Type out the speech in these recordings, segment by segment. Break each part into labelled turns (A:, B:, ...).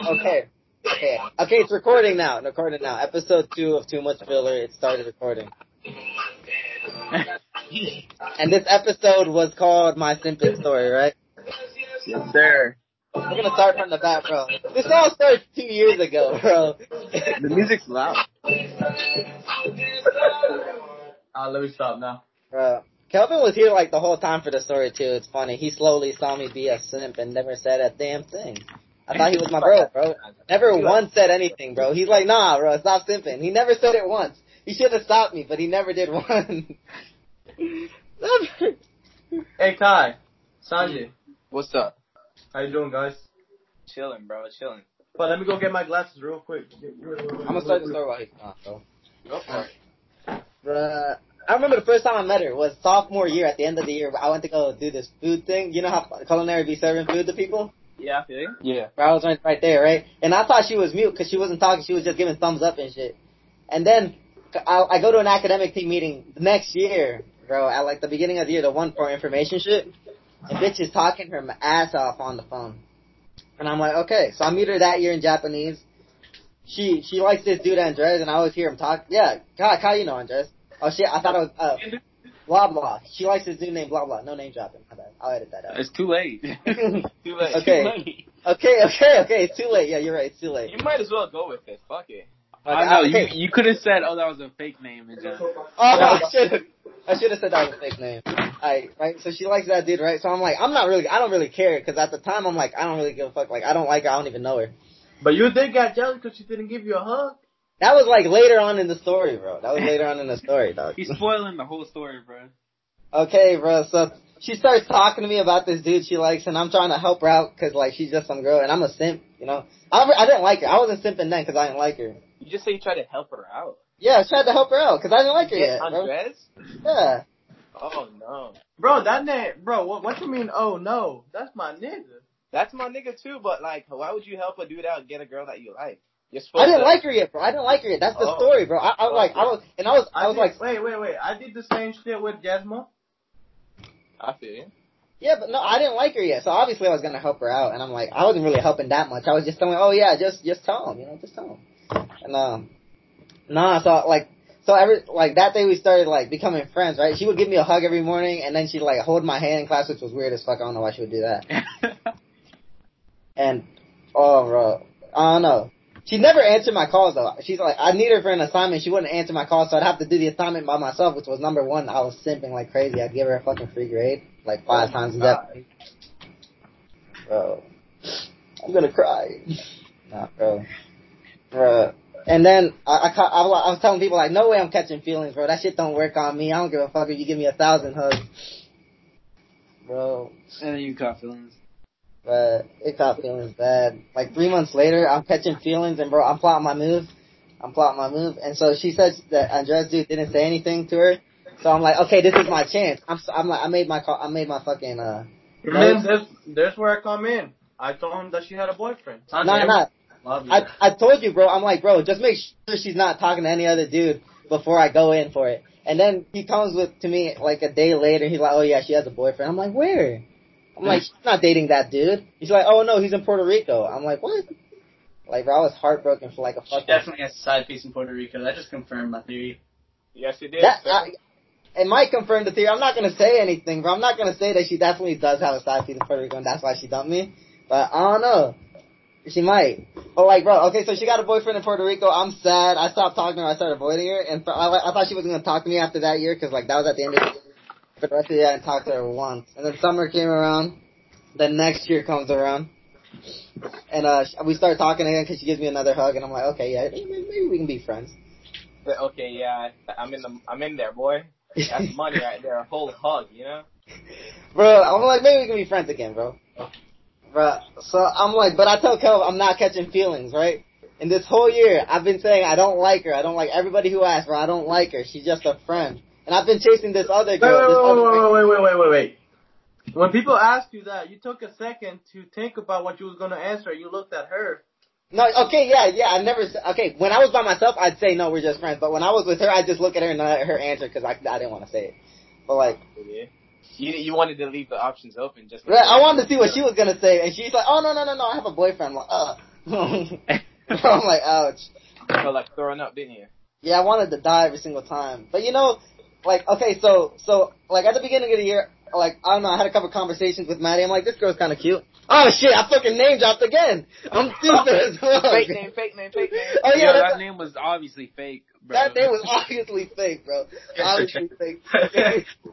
A: Okay. Okay. Okay, it's recording now. Recording now. Episode two of Too Much Filler. It started recording. And this episode was called My Simping Story, right?
B: Yes, sir.
A: We're gonna start from the back, bro. This all started two years ago, bro.
B: The music's loud.
C: Uh, let me stop now.
A: bro. Kelvin was here like the whole time for the story too. It's funny. He slowly saw me be a simp and never said a damn thing. I thought he was my bro, bro. Never once said anything, bro. He's like, nah, bro, stop simping. He never said it once. He should have stopped me, but he never did one.
C: Hey Kai, Sanjay,
B: What's up?
C: how you doing, guys?
B: Chilling, bro. Chilling.
C: But let me go get my glasses real quick.
A: I'm gonna start the story while he's gone, bro.
C: Go for it.
A: Bruh. I remember the first time I met her was sophomore year. At the end of the year, I went to go do this food thing. You know how culinary be serving food to people?
B: Yeah, I feel you. Yeah.
A: Bro, I was right, right there, right? And I thought she was mute because she wasn't talking. She was just giving thumbs up and shit. And then I, I go to an academic team meeting the next year, bro, at like the beginning of the year, the one for information shit. And bitch is talking her ass off on the phone. And I'm like, okay. So I meet her that year in Japanese. She she likes this dude Andres, and I always hear him talk. Yeah, Kai, Kai you know Andres. Oh shit, I thought it was uh, blah blah. She likes this dude named blah blah. No name dropping. My bad. I'll edit
D: Uh,
A: that
B: It's too late.
A: out.
B: too late.
A: Okay. Okay, okay, okay. It's too late. Yeah, you're right. It's too late.
B: You might as well go with it. Fuck it.
A: Like,
B: I know
A: uh, okay.
B: you. You could have said, "Oh, that was a fake name." And just,
A: Oh, I should have. I should have said that was a fake name. I right. So she likes that dude, right? So I'm like, I'm not really. I don't really care because at the time I'm like, I don't really give a fuck. Like, I don't like her. I don't even know her.
C: But you did get jealous because she didn't give you a hug.
A: That was like later on in the story, bro. That was later on in the story, dog.
B: he's spoiling the whole story, bro.
A: Okay, bro. So she starts talking to me about this dude she likes, and I'm trying to help her out because like she's just some girl, and I'm a simp, you know. I I didn't like her. I wasn't simping then because I didn't like her.
B: You just say you try to help her out.
A: Yeah, I tried to help her out because I didn't like her yet, bro.
B: Andres?
A: Yeah.
B: Oh no,
C: Bro, that name, bro. What, what you mean? Oh no, that's my nigga.
B: that's my nigga too. But like, why would you help a dude out and get a girl that you like? You're supposed
A: I didn't
B: to,
A: like her yet, bro. I didn't like her yet. That's the
B: Oh.
A: story, bro. I, I
B: Oh,
A: like, I was, and I was, I was
C: did,
A: like,
C: wait, wait, wait. I did the same shit with Jasmine.
B: I feel you.
A: yeah, but no, I didn't like her yet. So obviously, I was gonna help her out, and I'm like, I wasn't really helping that much. I was just telling, oh yeah, just, just tell him, you know, just tell him. And um, nah, so like, so every like that day we started like becoming friends, right? She would give me a hug every morning, and then she'd like hold my hand in class, which was weird as fuck. I don't know why she would do that. And oh, bro, I don't know. She never answered my calls though. She's like, I need her for an assignment. She wouldn't answer my calls, so I'd have to do the assignment by myself, which was number one. I was simping like crazy. I'd give her a fucking free grade like five times in that. Bro, I'm gonna cry. Nah, bro, bro. And then I, I, ca- I, wa- I was telling people like, no way I'm catching feelings, bro. That shit don't work on me. I don't give a fuck if you give me a thousand hugs, bro.
B: And then you caught feelings.
A: But it got feelings bad. Like three months later, I'm catching feelings, and bro, I'm plotting my move. I'm plotting my move, and so she said that Andres dude didn't say anything to her. So I'm like, okay, this is my chance. I'm, so, I'm like, I made my call. I made my fucking uh.
C: And then this, this where I come in. I told him that she had a boyfriend.
A: No, no,
C: Love you.
A: I I told you, bro. I'm like, bro, just make sure she's not talking to any other dude before I go in for it. And then he comes with to me like a day later. He's like, oh yeah, she has a boyfriend. I'm like, where? I'm like, she's not dating that dude. He's like, oh no, he's in Puerto Rico. I'm like, what? Like, bro, I was heartbroken for like a
E: She
A: fucking.
E: definitely has a side piece in Puerto Rico. That just confirmed my theory.
B: Yes, it did.
A: That,
B: sir.
A: I, it might confirm the theory. I'm not gonna say anything, bro. I'm not gonna say that she definitely does have a side piece in Puerto Rico, and that's why she dumped me. But I don't know. She might. But like, bro, okay, so she got a boyfriend in Puerto Rico. I'm sad. I stopped talking to her. I started avoiding her, and I, I thought she was gonna talk to me after that year, cause like that was at the end of the year. For the rest of the year, I didn't talk to her once. And then summer came around. The next year comes around. And uh sh- we started talking again because she gives me another hug, and I'm like, okay, yeah, maybe maybe we can be friends.
B: But, okay, yeah, I'm in the, I'm in there, boy. That's money right there. A whole hug, you know.
A: Bro, I'm like, maybe we can be friends again, bro. Bro, so I'm like, but I tell Kel I'm not catching feelings, right? And this whole year, I've been saying I don't like her. I don't like everybody who asks, bro. I don't like her. She's just a friend. And I've been chasing this other
C: Wait, wait,
A: girl. this other girl.
C: wait, wait, wait, wait, wait, wait, wait. When people ask you that, you took a second to think about what you was gonna answer. You looked at her.
A: No, okay, yeah, yeah. I never. s- Okay, when I was by myself, I'd say no, we're just friends. But when I was with her, I just look at her and let her answer because I, I didn't want to say it. But like,
B: Yeah. You you wanted to leave the options open just.
A: Right, I wanted to see what she was gonna say, and she's like, "Oh no, no, no, no, I have a boyfriend." I'm like, uh, I'm like, ouch.
B: You felt like throwing up, didn't you?
A: Yeah, I wanted to die every single time. But you know, like, okay, so, so, like, at the beginning of the year, like, I don't know, I had a couple conversations with Maddie. I'm like, this girl's kind of cute. Oh shit, I fucking name dropped again. I'm stupid as fuck.
B: Fake name, fake name, fake name.
A: Oh yeah,
D: Yo,
A: that's
D: that name was obviously fake, bro.
A: that name was obviously fake, bro. Obviously fake. I,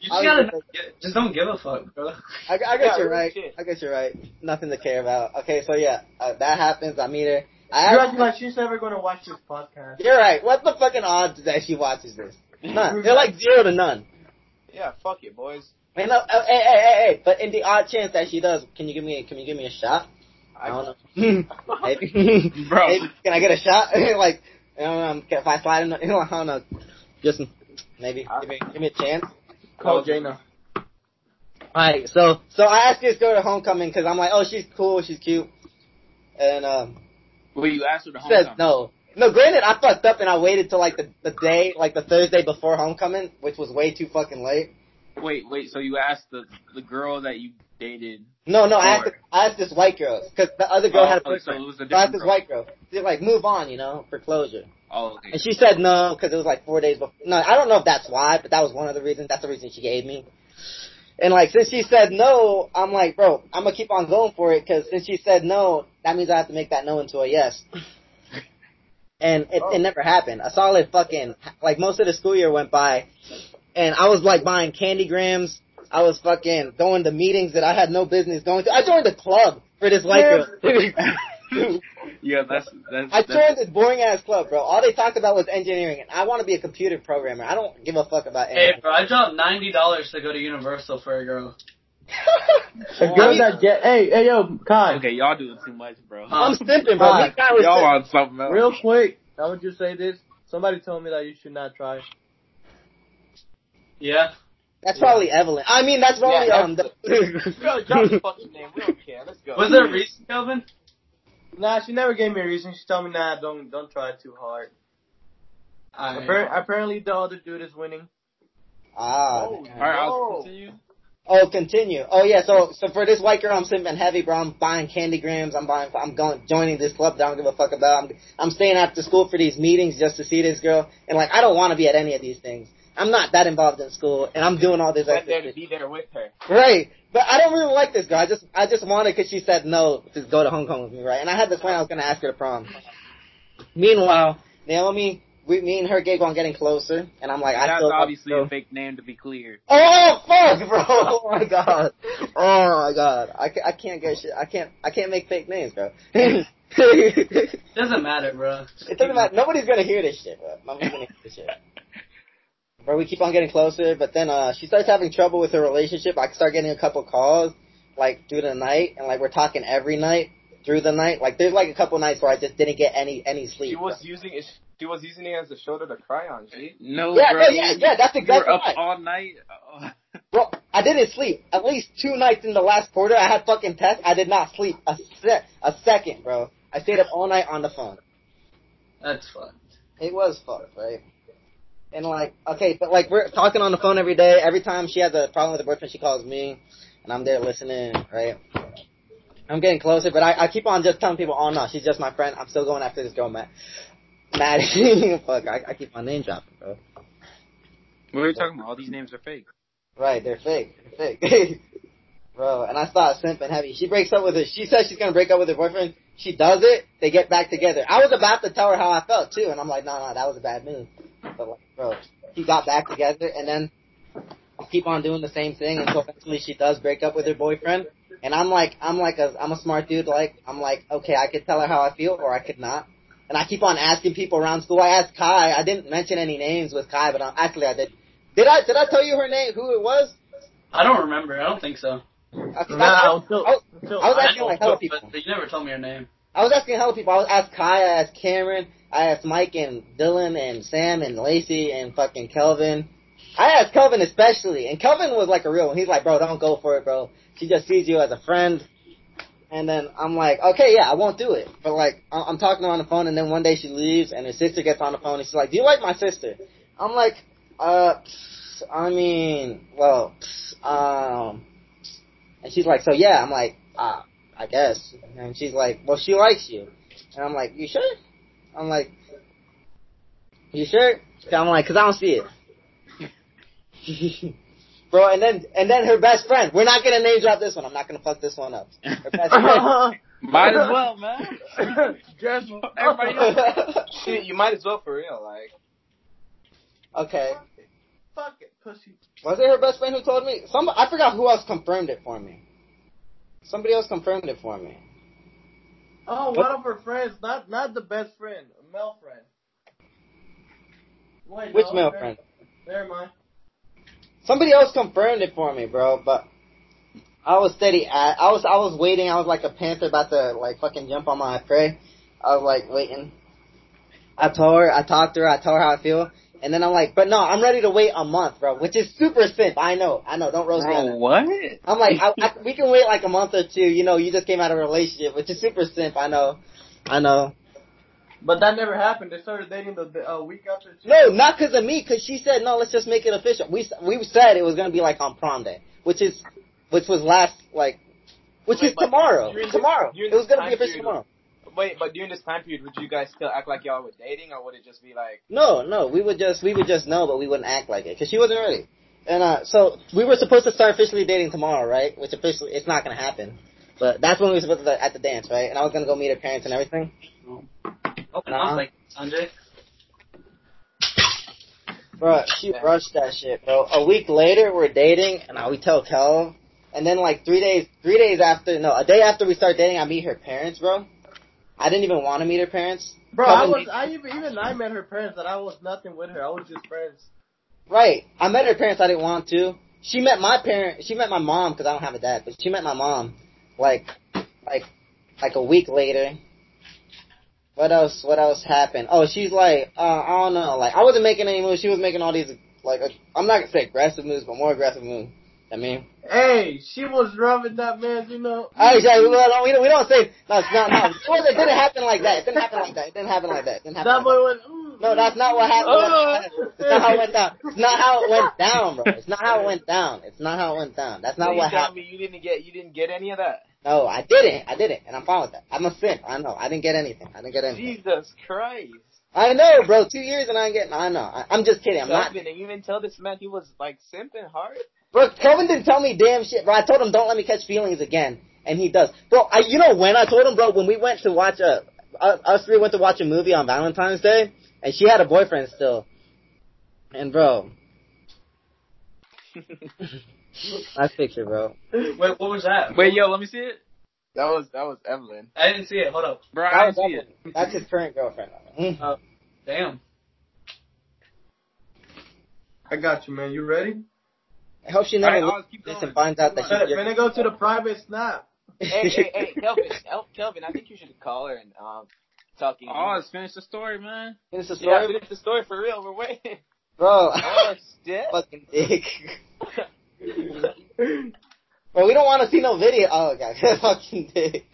E: You
A: I
E: just gotta
A: was
E: not get- just don't give a fuck, bro.
A: I guess
B: Yeah,
A: you're
B: real
A: right.
B: shit.
A: I guess you're right. Nothing to care about. Okay, so yeah, uh, that happens. I meet her. I
C: You're
A: ask,
C: acting like she's never gonna watch this podcast.
A: you're right. What the fucking odds that she watches this? None. They're like zero to none.
B: Yeah, fuck it, boys.
A: And uh, uh, hey, hey, hey, hey, but in the odd chance that she does, can you give me? Can you give me a shot? I don't know. Maybe,
D: Bro.
A: maybe- can I get a shot? like, I don't know. Can, if I slide in, the- I don't know. Just maybe
D: Uh.
A: give me, give me a chance.
C: Call Jaina.
A: Alright, so so I asked this girl to homecoming because I'm like, oh, she's cool, she's cute, and um,
D: Well, you asked her to
A: she says
D: homecoming.
A: no. No, granted, I fucked up and I waited till like the, the day, like the Thursday before homecoming, which was way too fucking late.
D: Wait, wait. So you asked the the girl that you dated.
A: No, no, I asked,
D: Lord.
A: I asked this white girl because the other girl had a
D: oh,
A: boyfriend.
D: so it was a
A: So I asked
D: different
A: this
D: girl.
A: white girl, She's like, move on, you know, for closure.
D: Oh, okay.
A: And she said no, because it was like four days before. No, I don't know if that's why, but that was one of the reasons. That's the reason she gave me. And like, since she said no, I'm like, bro, I'm gonna keep on going for it, because since she said no, that means I have to make that no into a yes. And it, it never happened. A solid fucking, like most of the school year went by, and I was like buying candy grams. I was fucking going to meetings that I had no business going to. I joined a club for this white girl.
D: yeah, that's that's.
A: I
D: that's
A: joined this boring ass club, bro. All they talked about was engineering, and I want to be a computer programmer. I don't give a fuck about
E: Hey,
A: engineering.
E: bro, I dropped ninety dollars to go to Universal for a girl.
C: The
A: I
C: girl
A: mean,
C: that get, hey, hey, yo, Kai,
D: okay, y'all doing too much, bro.
A: I'm simping, Oh, bro. This guy was
D: y'all
A: simping.
D: on something else.
C: real quick, I would just say this. Somebody told me that you should not try.
E: Yeah.
A: That's probably Evelyn. I mean, that's probably
B: Yeah,
A: um.
B: Girl, drop the
A: The-
B: fucking name. We don't care. Let's go.
E: Was there a reason, Kelvin?
C: Nah, she never gave me a reason. She told me, nah, don't, don't try too hard. Appar-
E: I,
C: apparently, the other dude is winning.
A: ah.
B: Oh,
D: All right, I'll
B: no.
D: continue.
A: Oh, continue. Oh yeah. So so for this white girl, I'm simping heavy, bro. I'm buying candy grams. I'm buying. I'm going joining this club that I don't give a fuck about. I'm I'm staying after school for these meetings just to see this girl, and like I don't want to be at any of these things. I'm not that involved in school, and I'm doing all this.
B: Went
A: extra
B: there to
A: shit.
B: be there with her.
A: Right. But I don't really like this girl. I just I just wanted because she said no to go to Hong Kong with me, right? And I had this plan I was gonna ask her to prom. Meanwhile, Naomi, we me and her gig on getting closer, and I'm like, I
D: That's
A: still
D: obviously
A: love
D: a fake name to be clear.
A: Oh fuck, bro! Oh my god! Oh my god! I can't, I can't get shit. I can't I can't make fake names, bro. it
E: it doesn't matter, bro.
A: doesn't matter. Nobody's gonna hear this shit, bro. Nobody's gonna hear this shit. Bro, we keep on getting closer, but then uh she starts having trouble with her relationship. I start getting a couple calls, like through the night, and like we're talking every night through the night. Like there's like a couple nights where I just didn't get any any
B: She
A: sleep.
B: was using it. She was using it as a shoulder to cry on. G.
D: No,
A: bro. Yeah,
D: bro.
A: no, yeah, yeah. That's
D: You were
A: exactly
D: up
A: right,
D: all night. Oh.
A: bro. I didn't sleep at least two nights in the last quarter. I had fucking tests. I did not sleep a sec a second, bro. I stayed up all night on the phone.
E: That's fun.
A: It was fucked, right? And like, okay, but like we're talking on the phone every day. Every time she has a problem with her boyfriend, she calls me, and I'm there listening, right? I'm getting closer, but I, I keep on just telling people, oh no, she's just my friend. I'm still going after this girl, Matt. Maddie, fuck, I, I keep on name dropping, bro.
D: What are you talking about? All these names are fake.
A: Right, they're fake, they're fake, bro. And I start simping heavy. She breaks up with her. She says she's gonna break up with her boyfriend. She does it. They get back together. I was about to tell her how I felt too, and I'm like, no, nah, no, nah, that was a bad move. But like, bro, he got back together, and then keep on doing the same thing until eventually she does break up with her boyfriend. And I'm like, I'm like a, I'm a smart dude. Like, I'm like, okay, I could tell her how I feel, or I could not. And I keep on asking people around school. I asked Kai. I didn't mention any names with Kai, but i actually I did. Did I did I tell you her name? Who it was?
E: I don't remember. I don't think so.
A: I, forgot-
C: Nah, until,
B: Oh,
A: I was-
C: until
A: I was
E: I
A: asking like
E: know,
A: hella
E: but-
A: people.
E: But you never told me your name.
A: I was asking hella people. I was asked Kai, I asked Cameron, I asked Mike and Dylan and Sam and Lacey and fucking Kelvin. I asked Kelvin especially, and Kelvin was like a real one. He's like, bro, don't go for it, bro. She just sees you as a friend. And then I'm like, okay, yeah, I won't do it. But like, I- I'm talking to her on the phone, and then one day she leaves, and her sister gets on the phone, and she's like, do you like my sister? I'm like, uh, pfft, I mean, well, pfft, um, and she's like, so yeah, I'm like, ah, I guess. And she's like, well, she likes you. And I'm like, you sure? I'm like, you sure? I'm like, cause I don't see it. Bro, and then, and then her best friend. We're not gonna name drop this one. I'm not gonna fuck this one up. Her best friend.
D: Might as well, man.
C: Just
D: Everybody else.
B: Shit, you might as well for real. Like,
A: okay.
C: fuck it, pussy.
A: Was it her best friend who told me? Some I forgot who else confirmed it for me. Somebody else confirmed it for me.
C: Oh, one of her friends, not not the best friend, a male friend. Wait,
A: Which
C: no,
A: male
C: never-
A: friend?
C: Never mind.
A: Somebody else confirmed it for me, bro. But I was steady. I, I was I was waiting. I was like a panther about to like fucking jump on my prey. I was like waiting. I told her. I talked to her. I told her how I feel. And then I'm like, but no, I'm ready to wait a month, bro, which is super simp. I know, I know. Don't roast me. on
D: Bro,
A: that.
D: what?
A: I'm like, I, I, we can wait like a month or two. You know, you just came out of a relationship, which is super simp. I know, I know.
C: But that never happened. They started dating the- the uh, week after. she-
A: No, not because of me. Because she said no. Let's just make it official. We we said it was gonna be like on prom day, which is which was last like, which
B: Wait,
A: is
B: but
A: tomorrow.
B: during this-
A: Tomorrow.
B: during
A: It was gonna be
B: this time
A: official
B: period-
A: tomorrow.
B: wait, but during this time period, would you guys still act like y'all were dating, or would it just be like,
A: No, no. We would just we would just know, but we wouldn't act like it because she wasn't ready. And uh, so we were supposed to start officially dating tomorrow, right? Which officially it's not gonna happen. But that's when we were supposed to at the dance, right? And I was gonna go meet her parents and everything.
E: Open
A: Nah.
E: up like Sanjay.
A: Bro, she rushed that shit, bro. A week later, we're dating, and I, we tell Kel, and then like three days, three days after, no, a day after we start dating, I meet her parents, bro. I didn't even want to meet her parents.
C: Bro, I
A: Kevin-
C: was I even even I met her parents and I was nothing with her. I was just friends.
A: Right. I met her parents. I didn't want to. She met my parent. She met my mom because I don't have a dad. But she met my mom, like, like, like a week later. What else? What else happened? Oh, she's like, uh, I don't know. Like, I wasn't making any moves. She was making all these, like, uh, I'm not gonna say aggressive moves, but more aggressive moves. I mean,
C: Hey, she was rubbing that man's, you know.
A: I we don't, we don't, we don't say no, it's not, no. It, wasn't- it didn't happen like that. It didn't happen like that. It didn't happen like that. It didn't happen
C: That
A: like that.
C: boy went. Mm,
A: No, that's not what happened.
C: Oh.
A: It's not how it went down. It's not how it went down, bro. It's not how it went down. It's not how it went down. That's not
B: you
A: what
B: tell
A: happened.
B: me you didn't get you didn't get any of that?
A: No, I didn't. I didn't, and I'm fine with that. I'm a simp. I know. I didn't get anything. I didn't get anything.
B: Jesus Christ!
A: I know, bro. Two years and I ain't getting. I know. I, I'm just kidding. I'm not.
B: Kelvin, and you didn't tell this man he was like simping hard.
A: Bro, Kelvin didn't tell me damn shit, bro. I told him don't let me catch feelings again, and he does. Bro, I, you know when I told him, bro, when we went to watch a, uh, us three went to watch a movie on Valentine's Day, and she had a boyfriend still, and bro, nice picture, bro.
E: Wait, what was that?
D: Wait, yo, let me see it.
B: That was that was Evelyn.
E: I didn't see it. Hold up.
D: Bro, I
A: That
D: didn't see
A: was
D: it.
A: Evelyn. That's his current girlfriend. Mm.
E: Damn.
C: I got you, man. You ready?
A: I hope she
D: All right,
A: never
D: Oz,
A: listens
D: keep
A: and
D: going.
A: finds out that
C: Better,
A: she. you're-
C: go to the private snap.
B: hey, hey, hey, Kelvin, El- Kelvin, I think you should call her and um talk. to you.
D: Oz, finish the story, man.
A: Finish the
B: yeah,
A: story,
B: finish the story for real. We're waiting.
A: bro.
B: Oh shit!
A: fucking dick. Bro, we don't want to see no video. Oh god, fucking dick.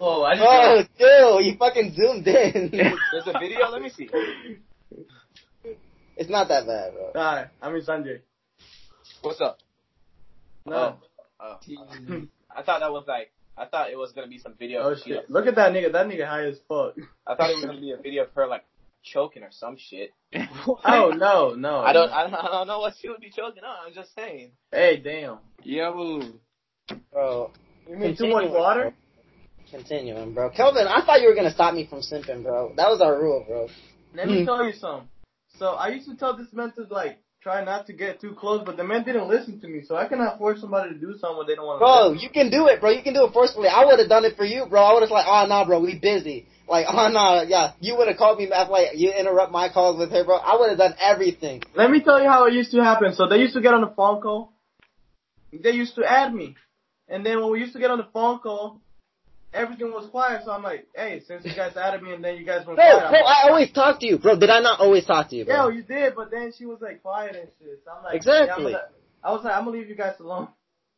E: Oh, I just.
A: Oh, dude, you fucking zoomed in.
B: There's a video. Let me see.
A: it's not that bad, bro.
C: Alright, I mean Sanjay.
B: What's up?
C: No.
B: Oh, I thought that was like. I thought it was gonna be some video.
C: Oh
B: of you know,
C: shit! Look at that nigga. That nigga high as fuck.
B: I thought it was gonna be a video of her like choking or some shit.
C: Oh no, no.
B: I don't. I don't, I don't know what she would be choking on. I'm just saying.
C: Hey, damn.
D: Yo.
A: Bro,
C: You mean too much
A: Continuing.
C: water?
A: continuing, bro. Kelvin, I thought you were gonna stop me from simping, bro. That was our rule, bro.
C: Let me tell you something. So I used to tell this man to like try not to get too close, but the man didn't listen to me. So I cannot force somebody to do something they don't want to.
A: Bro, you can do it, bro. You can do it forcefully. I would have done it for you, bro. I would have like, oh nah, bro, we busy. Like, oh nah, yeah. You would have called me after like you interrupt my calls with her, bro. I would have done everything.
C: Let me tell you how it used to happen. So they used to get on the phone call. They used to add me. And then when we used to get on the phone call, everything was quiet. So I'm like, hey, since you guys added me and then you guys went
A: Bro,
C: quiet.
A: bro,
C: I'm like,
A: I always talk to you, bro. Did I not always talk to you,
C: yeah,
A: bro?
C: well, you did, but then she was like quiet and shit. So I'm like,
A: Exactly.
C: yeah, I'm gonna- I was like, I'm gonna leave you guys alone.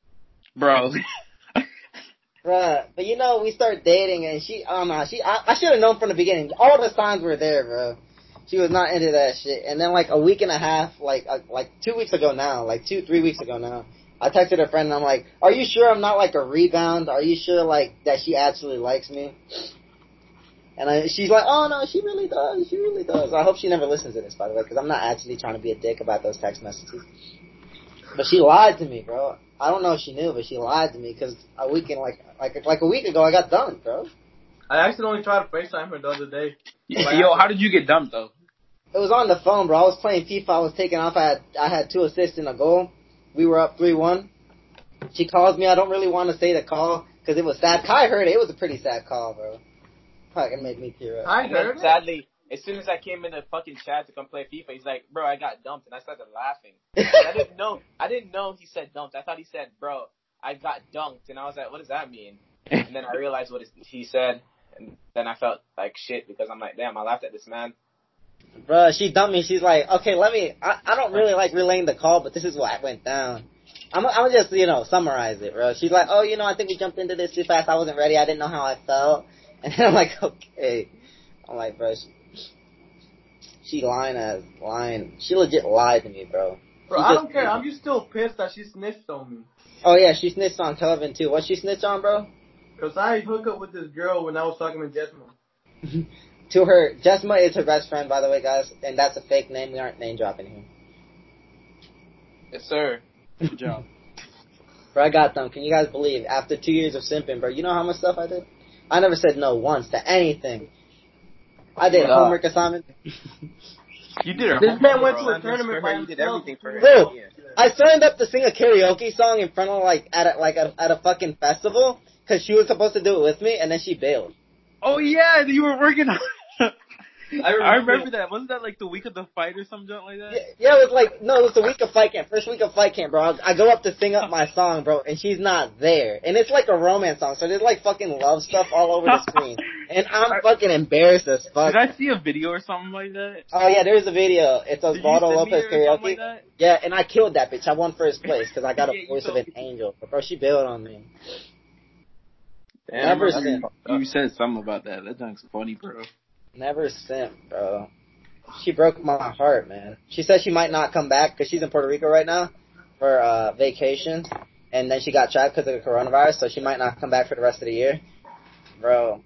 D: Bro.
A: Bruh, but you know, we start dating and she, I don't know, she, I, I should have known from the beginning. All the signs were there, bro. She was not into that shit. And then like a week and a half, like, uh, like two weeks ago now, like two, three weeks ago now, I texted a friend and I'm like, "Are you sure I'm not like a rebound? Are you sure like that she actually likes me?" And I, she's like, "Oh no, she really does. She really does." I hope she never listens to this, by the way, because I'm not actually trying to be a dick about those text messages. But she lied to me, bro. I don't know if she knew, but she lied to me because a weekend, like like like a week ago, I got dunked, bro.
C: I accidentally tried to FaceTime her the other day.
D: Yo, how did you get dumped though?
A: It was on the phone, bro. I was playing FIFA. I was taking off. I had I had two assists and a goal. We were up three one. She calls me. I don't really want to say the call because it was sad. Kai heard it. It was a pretty sad call, bro. Fucking made me tear up.
C: I
B: And then
C: heard it.
B: sadly, as soon as I came in the fucking chat to come play FIFA, he's like, "Bro, I got dumped," and I started laughing. I didn't know. I didn't know he said dumped. I thought he said, "Bro, I got dunked," and I was like, "What does that mean?" And then I realized what he said, and then I felt like shit because I'm like, "Damn, I laughed at this man."
A: Bruh, she dumped me. She's like, okay, let me. I, I don't really like relaying the call, but this is what went down. I'm I'm just you know summarize it, bro. She's like, oh, you know, I think we jumped into this too fast. I wasn't ready. I didn't know how I felt. And then I'm like, okay. I'm like, bro, she, she lying as lying. She legit lied to me, bro.
C: Bro,
A: She
C: I
A: just-
C: don't care. I'm just still pissed that she snitched on me.
A: Oh yeah, she snitched on Kelvin too. What she snitched on, bro?
C: Cause I hooked up with this girl when I was talking to Jesma.
A: To her, Jesma is her best friend, by the way, guys, and that's a fake name. We aren't name dropping here.
B: Yes, sir.
D: Good job.
A: Bro, I got them. Can you guys believe? After two years of simping, bro, you know how much stuff I did? I never said no once to anything. I did
B: What up?
A: homework assignment.
D: You did her.
C: This man went to
B: Bro,
C: a tournament
B: for
C: by
B: her. You did everything for her.
A: Bro.
B: Yeah.
A: I signed up to sing a karaoke song in front of like at a, like a, at a fucking festival because she was supposed to do it with me, and then she bailed.
D: Oh yeah, you were working on. I
E: remember-
D: remember, that. Wasn't that like the week of the fight or some junk like that?
A: Yeah, yeah, it was like no, it was the week of fight camp, first week of fight camp, bro. I, I go up to sing up my song, bro, and she's not there, and it's like a romance song, so there's like fucking love stuff all over the screen, and I'm fucking embarrassed as fuck.
D: Did I see a video or something like that?
A: Oh yeah, there's a video. It's
D: Did you
A: Osvaldo
D: send me
A: Lopez
D: or
A: karaoke.
D: something like that?
A: Yeah, and I killed that bitch. I won first place because I got
D: Yeah,
A: a
D: you
A: voice of
D: told
A: an angel. But bro, she bailed on me.
B: Damn,
A: Never
B: that's
A: seen.
B: fucked up.
D: You said something about that. That junk's funny, bro.
A: Never simp, bro. She broke my heart, man. She said she might not come back because she's in Puerto Rico right now for uh vacation, and then she got trapped because of the coronavirus, so she might not come back for the rest of the year, bro.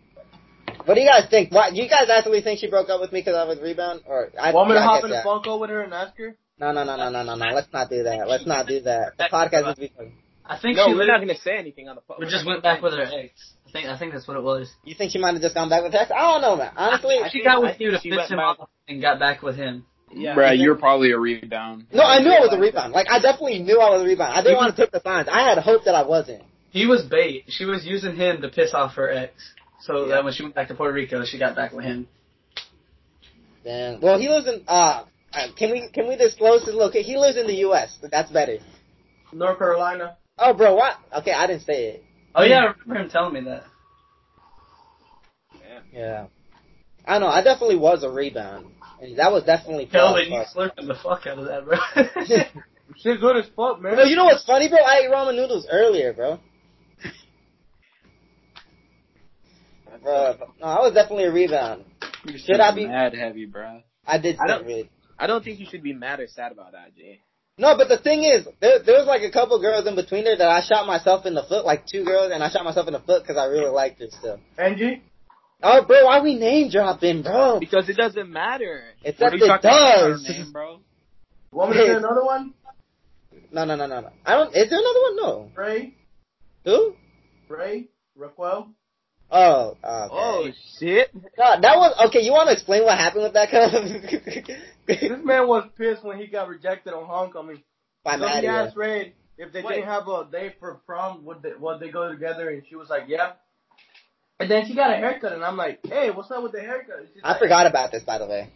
A: What do you guys think? Why do you guys actually think she broke up with me because I was rebound? Or I,
C: Want me to
A: yeah, I
C: hop
A: guess
C: in a
A: yeah.
C: phone call with her and ask her?
A: No, no, no, no, no, no, no. Let's not do that. Let's not do that. The podcast is becoming.
E: I think
B: No,
E: she
B: we're not
E: literally
B: gonna say anything on the phone.
E: just went back with her ex. I think I think that's what it was.
A: You think she might have just gone back with us? I don't know, man. Honestly,
B: I
E: she
B: think-
E: got
B: I
E: with
B: think
E: you to
B: she
E: piss
B: went
E: him
B: back-
E: off and got back with him.
B: Yeah.
D: Bruh, you're probably a rebound.
A: No, I knew it was a rebound. Like I definitely knew I was a rebound. I didn't want to take the signs. I had hope that I wasn't.
E: He was bait. She was using him to piss off her ex. So
B: Yeah.
E: then when she went back to Puerto Rico, she got back with him.
A: Damn. Well, he lives in. Uh, uh, can we can we disclose his location? He lives in the U.S. That's better.
C: North Carolina.
A: Oh, bro, what? Okay, I didn't say it.
E: Oh yeah, I remember him telling me that.
A: Yeah. I know. I definitely was a rebound, and that was definitely.
E: Kelvin, you
A: fun.
E: slurped the fuck out of that, bro.
C: She's good as fuck,
A: Bro,
C: man.
A: you know what's funny, bro? I ate ramen noodles earlier, bro. Bro, no, I was definitely a rebound.
D: You're
A: Should
D: so
A: I be-
D: mad heavy, bruh?
A: I did
B: I
A: stuff
B: don't-
A: really
B: I don't think you should be mad or sad about that, Jay.
A: No, but the thing is, there, there was like a couple girls in between there that I shot myself in the foot, like two girls, and I shot myself in the foot because I really liked her still.
C: Angie?
A: Oh, bro, why we name dropping, bro?
B: Because it doesn't matter.
A: Except
D: you
A: it
D: talking about her
A: does.
D: name, bro?
C: Want me to get another one?
A: No, no, no, no, no. I don't. Is there another one? No.
C: Ray?
A: Who?
C: Ray? Raquel?
A: Oh, okay.
B: Oh shit!
A: No, that was okay. You want to explain what happened with that?
C: This
A: Cause
C: man was pissed when he got rejected on homecoming.
A: by
C: so he
A: Maddie.
C: asked Ray if they
B: Wait.
C: didn't have a day for prom, would they, would they go together? And she was like, yeah. And then she got a haircut, and I'm like, hey, what's up with the haircut? She's
A: I
C: like-
A: forgot about this, by the way.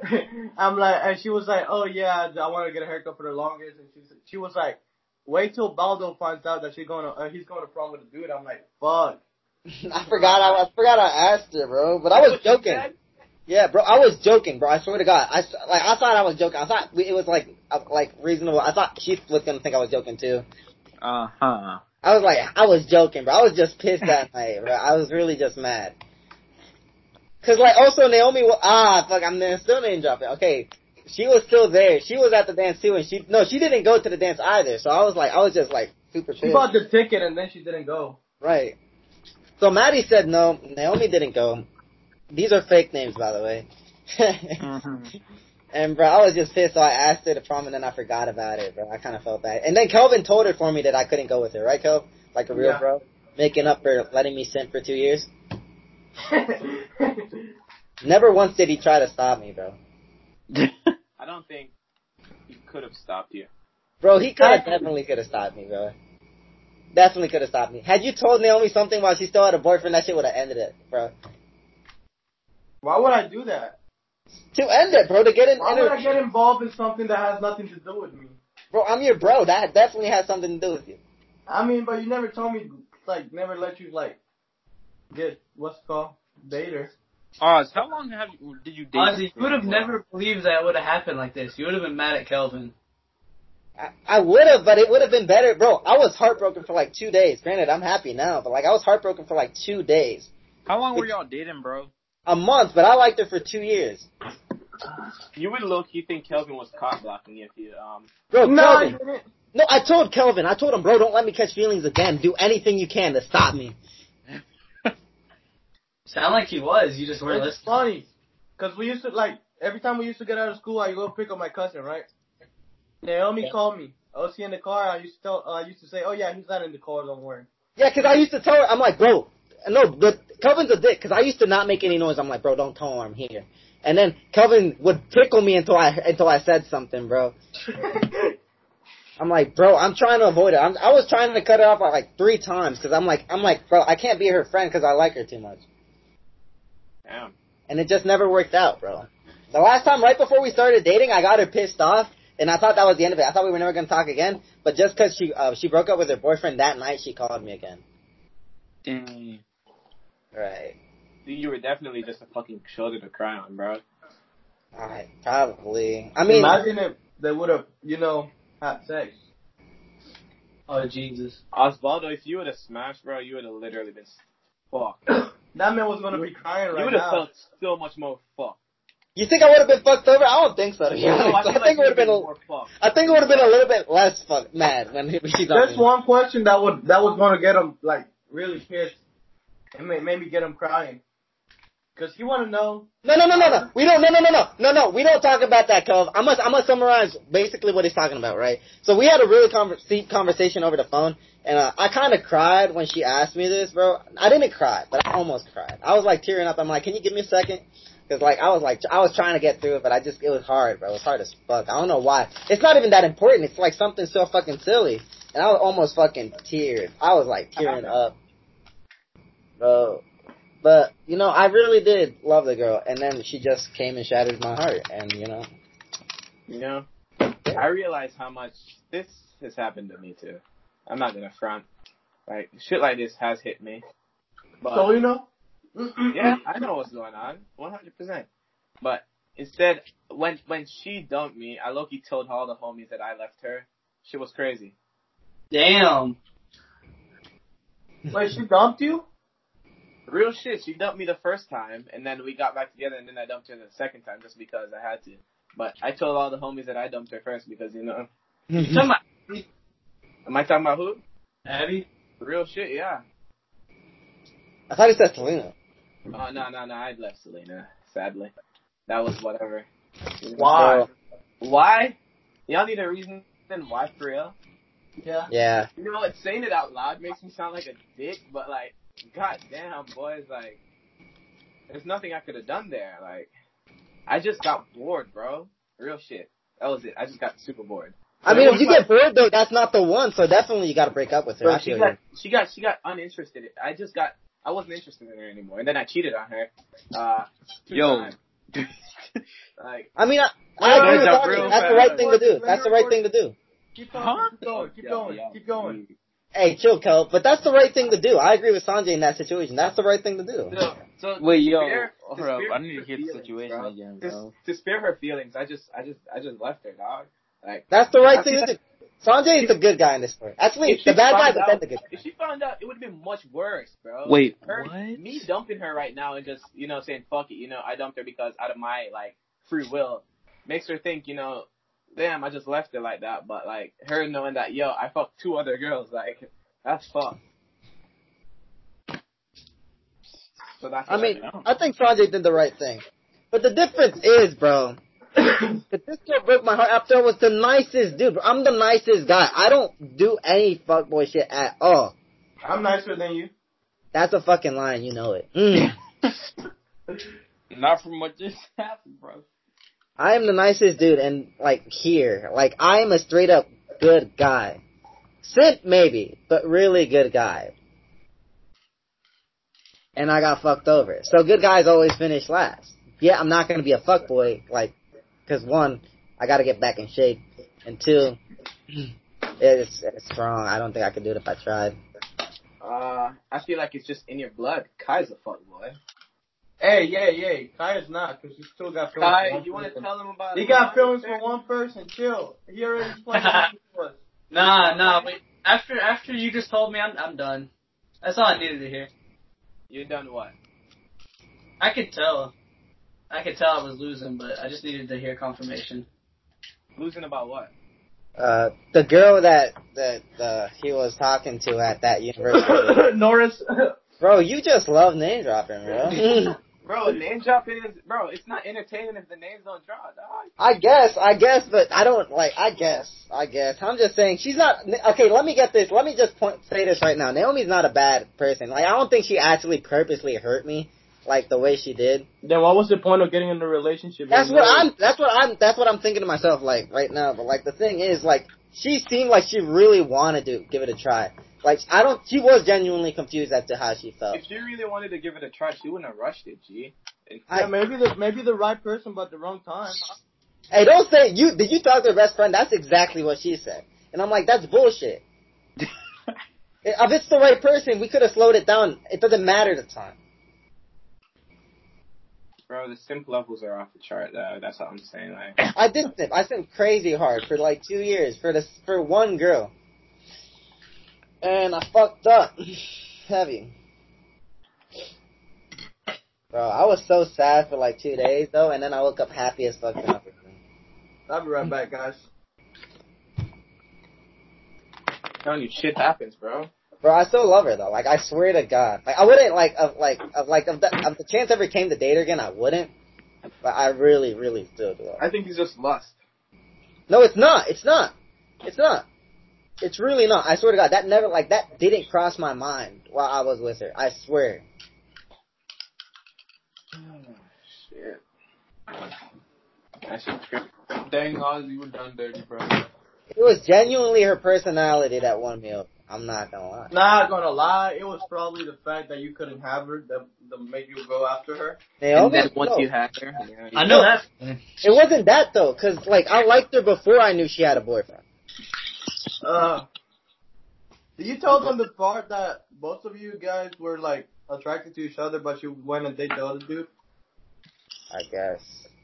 C: I'm like, and she was like, oh yeah, I want to get a haircut for the longest, and she she was like, wait till Baldo finds out that she's going to uh, he's going to prom with a dude. I'm like, fuck.
A: I forgot. I, I forgot I asked her, bro. But I was
B: What you
A: joking.
B: said?
A: Yeah, bro, I was joking, bro. I swear to God, I s- like I thought I was joking. I thought we- it was like uh, like reasonable. I thought Keith was gonna think I was joking too.
D: Uh huh.
A: I was like, I was joking, bro. I was just pissed that night, bro. I was really just mad. Cause like also Naomi, wa- ah fuck, I'm n- still name dropping. Okay, she was still there. She was at the dance too, and she no, she didn't go to the dance either. So I was like, I was just like super
C: She
A: pissed.
C: bought the ticket and then she didn't go.
A: Right. So Maddie said no. Naomi didn't go. These are fake names, by the way.
D: Mm.
A: Mm-hmm. and bro, I was just pissed, so I asked her to prom, and then I forgot about it, bro. I kind of felt bad. And then Kelvin told her for me that I couldn't go with her, right, Kelv? Like a real
C: Yeah.
A: bro, making up for letting me simp for two years. Never once did he try to stop me, bro.
B: I don't think you could have stopped you.
A: Bro, he could have
C: I-
A: definitely could have stopped me, bro. Definitely could have stopped me. Had you told Naomi something while she still had a boyfriend, that shit would have ended it, bro.
C: Why would I do that?
A: To end it, bro, to get an
C: Why would I
A: interview.
C: get involved in something that has nothing to do with me?
A: Bro, I'm your bro. That definitely has something to do with you.
C: I mean, but you never told me, like, never let you, like, get, what's it called? Dater.
D: Oz, how long have you, did you date?
E: Honestly,
D: for?
E: you would have never believed that would have happened like this. You would have been mad at Kelvin.
A: I, I would have, but it would have been better, bro. I was heartbroken for like two days. Granted, I'm happy now, but like I was heartbroken for like two days,
D: How long were y'all dating, bro?
A: a month. But I liked her for two years,
B: You would look. You think Kelvin was caught blocking if you um.
A: bro.
C: No, you
A: Kelvin.
C: didn't.
A: No, I told Kelvin. I told him, bro, don't let me catch feelings again. Do anything you can to stop me.
E: Sound like he was. You just weren't
C: It's
E: listening.
C: funny. Cause we used to like every time we used to get out of school, I go pick up my cousin, right? Naomi called me. Oh, is he in the car? I used to tell, uh, I used to say, oh yeah, he's not in the car, don't worry.
A: Yeah, 'cause I used to tell her, I'm like, bro, no, but Kelvin's a dick 'cause I used to not make any noise. I'm like, bro, don't tell her I'm here. And then Kelvin would tickle me until I until I said something, bro. I'm like, bro, I'm trying to avoid it. I'm, I was trying to cut her off at like three times 'cause I'm like, I'm like, bro, I can't be her friend 'cause I like her too much.
B: Damn.
A: And it just never worked out, bro. The last time, right before we started dating, I got her pissed off, and I thought that was the end of it. I thought we were never gonna talk again. But just 'cause she uh, she broke up with her boyfriend that night, she called me again.
D: Dang.
A: Right.
B: You were definitely just a fucking shoulder to cry on, bro.
A: Alright, probably. I mean,
C: imagine if they would have, you know, had sex.
E: Oh Jesus!
B: Osvaldo, if you would have smashed, bro, you would have literally been fucked.
C: That man was gonna be crying
B: you
C: right
B: would have
C: now.
B: felt so much more fucked. Oh,
A: you think I would have been fucked over? I don't think so. To be honest. I,
B: feel
A: think
B: like
A: it would have been.
B: you'd
A: A,
B: more fucked.
A: I think it would have been a little bit less fuck mad when he- she dumped
C: That's
A: me.
C: one question that would that was gonna get him like really pissed. It made, made me get him crying. Cause he wanna know.
A: No, no, no, no, no. We don't. No, no, no, no, no, no. We don't talk about that, Cove. I must. I must summarize basically what he's talking about, right? So we had a really conver- deep conversation over the phone, and uh, I kind of cried when she asked me this, bro. I didn't cry, but I almost cried. I was like tearing up. I'm like, can you give me a second? Cause like I was like I was trying to get through it, but I just it was hard, bro. It was hard as fuck. I don't know why. It's not even that important. It's like something so fucking silly, and I was almost fucking teared. I was like
D: Uh-huh.
A: tearing up, bro. But you know, I really did love the girl, and then she just came and shattered my heart. And you know,
B: You know, I realize how much this has happened to me too. I'm not gonna front. Like shit like this has hit me. But
C: So you know.
B: yeah, I know what's going on, 100. percent But instead, when when she dumped me, I low-key told all the homies that I left her. She was crazy.
E: Damn.
C: Wait, she dumped you?
B: Real shit. She dumped me the first time, and then we got back together, and then I dumped her the second time just because I had to. But I told all the homies that I dumped her first because you know.
E: Come on,
B: Am I talking about who?
E: Abby.
B: Real shit, yeah.
A: I thought he said Selena.
B: Oh no, no, no! I left Selena. Sadly, that was whatever.
C: Why?
B: Why? Y'all need a reason why for real?
C: Yeah.
A: Yeah,
B: You know what? Saying it out loud makes me sound like a dick, but like, goddamn, boys, like, there's nothing I could have done there. Like, I just got bored, bro. Real shit. That was it. I just got super bored.
A: I mean, if you get bored though, that's not the one. So definitely, you got to break up with her.
B: Bro,
A: I
B: she
A: feel
B: got,
A: you.
B: she got, she got uninterested. I just got, I wasn't interested in her anymore, and then I cheated on her. Uh, two
D: Yo.
B: times. like,
A: I mean, I, I agree with
D: Yeah,
A: Tommy.
D: real
A: That's the
D: fast.
A: right thing to do. That's the right thing to do.
C: Keep talking, keep
B: yo,
C: going,
B: yo,
C: keep going,
B: dude.
A: Hey, chill, Kel. But that's the right thing to do. I agree with Sanjay in that situation. That's the right thing to do.
B: So, so
D: Wait, yo,
B: spare-
D: hold
B: to
D: up.
B: spare
D: I need to
B: her
D: hear the
B: feelings,
D: situation
B: bro.
D: again,
B: To-
D: bro.
B: To, spare her feelings, I just, I just, I just left her, dog. Like,
A: That's the right thing to do. Sanjay is the good guy in this story. That's me.
B: if she
A: The bad guy,
B: found
A: but
B: out-
A: then the good guy.
B: If she found out, it would have been much worse, bro.
D: Wait,
B: her, me dumping her right now and just, you know, saying fuck it, you know, I dumped her because out of my like free will. makes her think, you know, damn, I just left it like that. But like her knowing that, yo, I fucked two other girls, like that's fucked. So that's
A: I
B: what
A: mean,
B: know.
A: I think Sanjay did the right thing. But the difference is, bro, that this girl broke my heart after I was the nicest dude. Bro. I'm the nicest guy. I don't do any fuckboy shit at all.
C: I'm nicer than you.
A: That's a fucking line, you know it. Mm.
D: Not from what just happened, bro.
A: I am the nicest dude, and like here, like I am a straight up good guy. Simp maybe, but really good guy. And I got fucked over. So good guys always finish last. Yeah, I'm not gonna be a fuckboy, like, cause one, I gotta get back in shape, and two, it's, it's wrong. I don't think I could do it if I tried.
B: Uh, I feel like it's just in your blood. Kai's a fuckboy.
C: Hey, yeah, yeah. Kaya's not, because you still got feelings. for
B: Kai,
C: one
B: you want to
C: person.
B: tell him about?
C: He got feelings for one person. Chill. He already explained what he was.
E: Nah, nah. Wait. After after you just told me, I'm I'm done. That's all I needed to hear.
B: You done what?
E: I could tell. I could tell I was losing, but I just needed to hear confirmation.
B: Losing about what?
A: Uh, the girl that, that, uh, he was talking to at that university.
C: Norris.
A: Bro, you just love name dropping, bro.
B: Bro, name dropping is bro. It's not entertaining if the names don't drop. Dog.
A: I guess, I guess, but I don't like. I guess, I guess. I'm just saying she's not okay. Let me get this. Let me just point say this right now. Naomi's not a bad person. Like I don't think she actually purposely hurt me, like the way she did.
C: then what was the point of getting in a relationship?
A: That's what I'm. That's what I'm. That's what I'm thinking to myself like right now. But like the thing is, like she seemed like she really wanted to give it a try. Like I don't. She was genuinely confused as to how she felt.
B: If she really wanted to give it a try, she wouldn't have rushed it. G.
A: I-
C: Yeah, maybe the maybe the right person, but the wrong time.
A: Hey, don't say you. Did you talk to her best friend? That's exactly what she said. And I'm like, that's bullshit. If it's the right person, we could have slowed it down. It doesn't matter the time.
B: Bro, the simp levels are off the chart. Though. That's what I'm saying. Like,
A: I did simp. I simp crazy hard for like two years for this for one girl, and I fucked up heavy. Bro, I was so sad for like two days though, and then I woke up happy as fuck. for nothing.
C: I'll be right back, guys.
B: I'm telling you, shit happens, bro.
A: Bro, I still love her though. Like I swear to God, like I wouldn't like of like of like of the, of the chance ever came to date her again, I wouldn't. But I really, really still do.
B: I think he's just lust.
A: No, it's not. It's not. It's not. It's really not. I swear to God, that never like that didn't cross my mind while I was with her. I swear.
B: Shit. That
D: Dang, Oz, you were done dirty, bro.
A: It was genuinely her personality that won me over. I'm not gonna lie.
C: Not gonna lie, it was probably the fact that you couldn't have her that, that made you go after her.
A: Naomi,
D: and then once
A: no.
D: you had her, yeah,
E: I know that.
A: it wasn't that though, cause like I liked her before I knew she had a boyfriend.
C: Uh, did you tell them the part that both of you guys were like attracted to each other, but you went and dated the other dude?
A: I guess.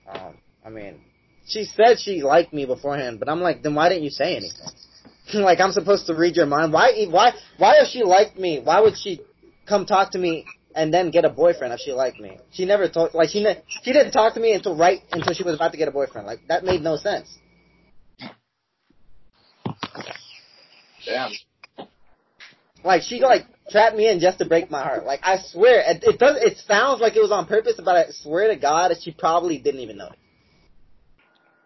A: Um, I mean, she said she liked me beforehand, but I'm like, then why didn't you say anything? like I'm supposed to read your mind? Why? e, Why? Why if she liked me? Why would she come talk to me and then get a boyfriend if she liked me? She never talked. Like she ne- she didn't talk to me until right until she was about to get a boyfriend. Like that made no sense.
B: Damn.
A: Like she like trapped me in just to break my heart. Like I swear, it, it does. It sounds like it was on purpose, but I swear to God, that she probably didn't even know.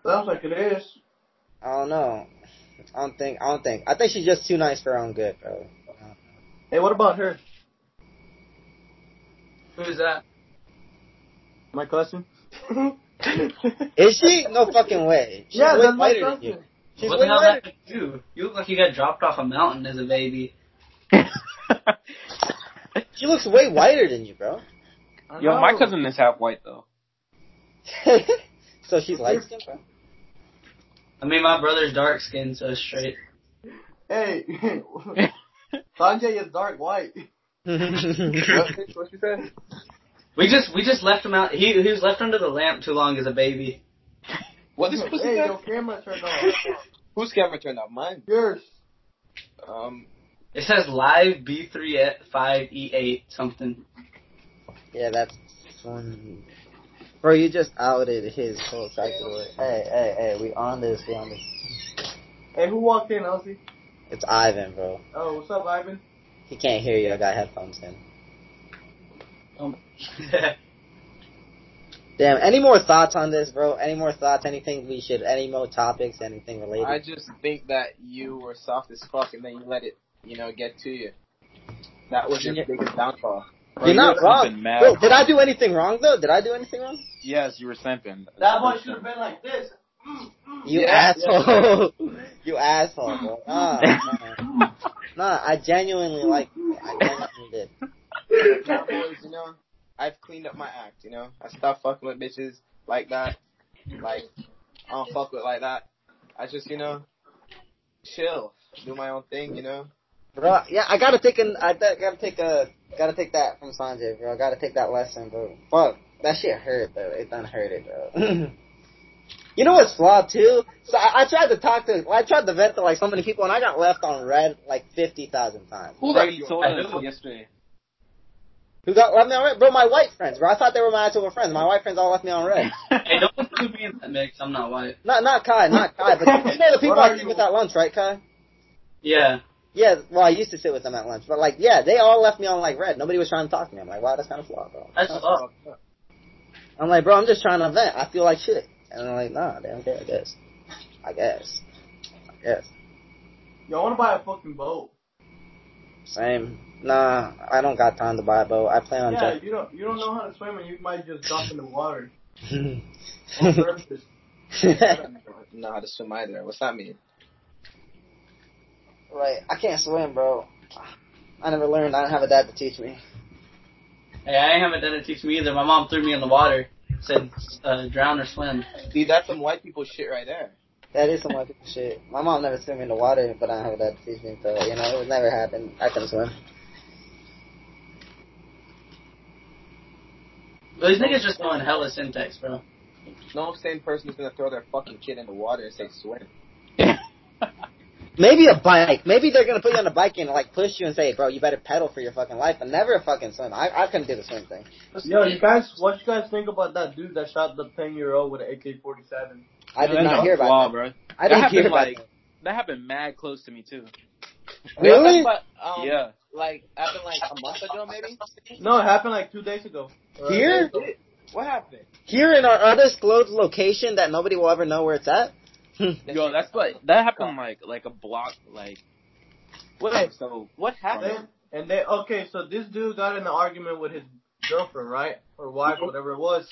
C: Sounds like it is.
A: I don't know. I don't think. I don't think. I think she's just too nice for her own good, bro.
C: Hey, what about her?
E: Who's that?
C: My cousin. yeah,
A: Is she? No fucking way. She's way
C: that's my
A: lighter than you.
C: cousin.
A: She's
E: what
A: way
E: the hell
A: lighter.
E: happened to you? You look like you got dropped off a mountain as a baby.
A: She looks way whiter than you, bro.
C: I
D: Yo, my
C: know.
D: cousin is half white though.
A: so she's light skinned, bro.
E: I mean, my brother's dark skinned, so it's straight.
C: Hey, Sanjay is dark white.
A: Bro,
B: what she said?
E: We just we just left him out. He he was left under the lamp too long as a baby.
B: What this pussy
C: Hey,
B: said?
C: your camera turned on.
B: Whose camera turned out? Mine.
C: Yours.
B: Um,
E: It says live B three at five E eight something.
A: yeah, that's one. Bro, you just outed his whole track to the way. Hey, hey, hey, we on this, we on this.
C: Hey, who walked in, Elsie?
A: It's Ivan, bro.
C: Oh, what's up, Ivan?
A: He can't hear you. I got headphones in. Damn. Any more thoughts on this, bro? Any more thoughts? Anything we should? Any more topics? Anything related?
B: I just think that you were soft as fuck, and then you let it, you know, get to you. That was your
A: Yeah.
B: biggest downfall.
D: Bro,
A: You're
D: you
A: not
D: were
A: wrong.
D: simping mad
A: Bro, did I
D: hard.
A: do anything wrong though? Did I do anything wrong?
D: Yes, you were simping.
C: That one should have been like this. Mm, mm.
A: You
D: Yeah.
A: asshole. you asshole, bro. Nah, nah. Nah, I genuinely like. I genuinely did.
B: Now, boys, you know, I've cleaned up my act. You know, I stopped fucking with bitches like that. Like, I don't fuck with like that. I just, you know, chill, do my own thing. You know,
A: Bro, yeah, I gotta take an. I th- gotta take a. Gotta take that from Sanjay, bro. I gotta take that lesson, bro. Fuck, that shit hurt, bro. It done hurt it, bro. you know what's flawed too? So I, I tried to talk to. I tried to vent to like so many people, and I got left on red like fifty thousand times.
D: Who
B: Bro,
D: already
B: you-
D: told
E: I
D: us
E: know.
D: yesterday?
A: Who got left me on red? Bro, my white friends, bro. I thought they were my actual friends. My white friends all left me on red.
E: hey, don't include me in that mix. I'm not white.
A: Not not Kai, not Kai, but you know the people
C: What
A: I
C: are
A: sit
C: you?
A: with at lunch, right, Kai?
E: Yeah.
A: Yeah, well, I used to sit with them at lunch, but like, yeah, they all left me on like red. Nobody was trying to talk to me. I'm like, wow, that's kind of flawed, bro.
E: That's fucked.
A: I'm like, bro, I'm just trying to vent. I feel like shit. And I'm like, nah, they don't care, I guess. I guess. I guess.
C: Yo, I want to buy a fucking boat.
A: Same. Nah, I don't got time to buy a boat. I plan on
C: yeah,
A: jumping.
C: you don't you don't know how to swim and you might just jump in the water on
A: jump.
C: purpose.
B: I don't know how to swim either. What's that mean?
A: right. I can't swim, bro. I never learned. I don't have a dad to teach me.
E: Hey, I ain't have a dad to teach me either. My mom threw me in the water. Said, uh, drown or swim.
B: See, that's some white people shit right there.
A: That is some white people shit. My mom never swim in the water, but I don't have a dad to teach me, so, you know, it never happened. I couldn't swim.
E: But these niggas just going hella syntax, bro.
B: No sane person is gonna throw their fucking kid in the water and say swim.
A: Maybe a bike. Maybe they're gonna put you on a bike and like push you and say, "Bro, you better pedal for your fucking life," but never fucking swim. I, I couldn't do the swim thing.
C: Yo, you guys, what you guys think about that dude that shot the ten year old with an AK forty seven?
A: I did
D: That's
A: not
D: a
A: hear
D: flaw,
A: about that.
D: bro.
A: I didn't
D: That
A: hear
D: happened,
A: about
D: like,
A: that.
D: That happened mad close to me too.
A: Really?
B: But, um,
D: yeah.
B: Like happened like a month ago, maybe.
C: No, it happened like two days ago. Or a day
A: Here?
C: ago.
B: What happened?
A: Here in our undisclosed location that nobody will ever know where it's at.
D: Yo, that's what that happened like like a block like. What so
B: What happened?
C: They- And they okay, so this dude got in an argument with his girlfriend, right, or wife, whatever it was,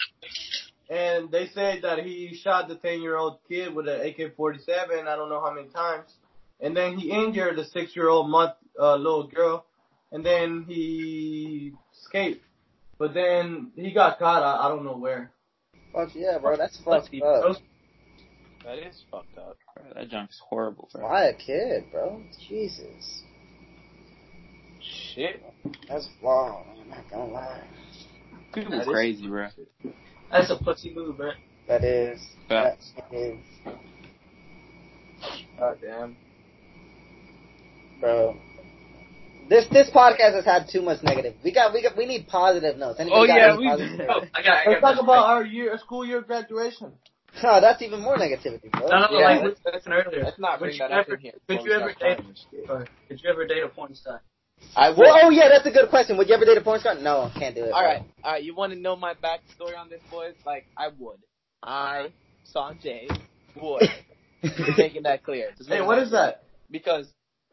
C: and they say that he shot the ten year old kid with an AK forty seven. I don't know how many times, and then he injured the six year old month uh, little girl, and then he escaped. But then he got caught. I, I don't know where.
A: Fuck yeah, bro. That's fucked
D: Fuck
A: up.
D: that is fucked up. Bro. That junk's horrible, bro.
A: Why a kid, bro? Jesus,
B: Shit.
A: that's wrong. I'm not gonna lie.
D: People
B: That is-
D: crazy, bro.
E: That's a pussy move, bro.
A: That is. That
D: Facts.
A: is,
B: God damn.
A: bro. This this podcast has had too much negative. We got we got we need positive notes. Anybody
D: Oh,
A: got
D: yeah,
A: any
D: we-
A: positive
E: Oh,
A: notes?
E: I got. I
C: Let's
E: got
C: talk about our year, school year graduation.
A: Oh, that's even more negativity, bro.
E: No, no, no,
B: Yeah,
E: like we
B: let's-
E: were talking earlier.
B: Let's not
E: Would
B: bring
E: you
B: that up
E: ever-
B: in here.
E: would
B: before
E: you
B: we
E: ever
B: start
E: date-
B: crying and shit.
E: Or, Did you ever date a porn star?
B: I would.
A: Well, oh yeah, that's a good question. Would you ever date a porn star? No, can't do it. bro.
B: All right, all right. You want to know my backstory on this, boys? Like, I would. I, Sanjay, would. making that clear. Just
C: Hey,
B: making
C: what is
B: clear.
C: that?
B: Because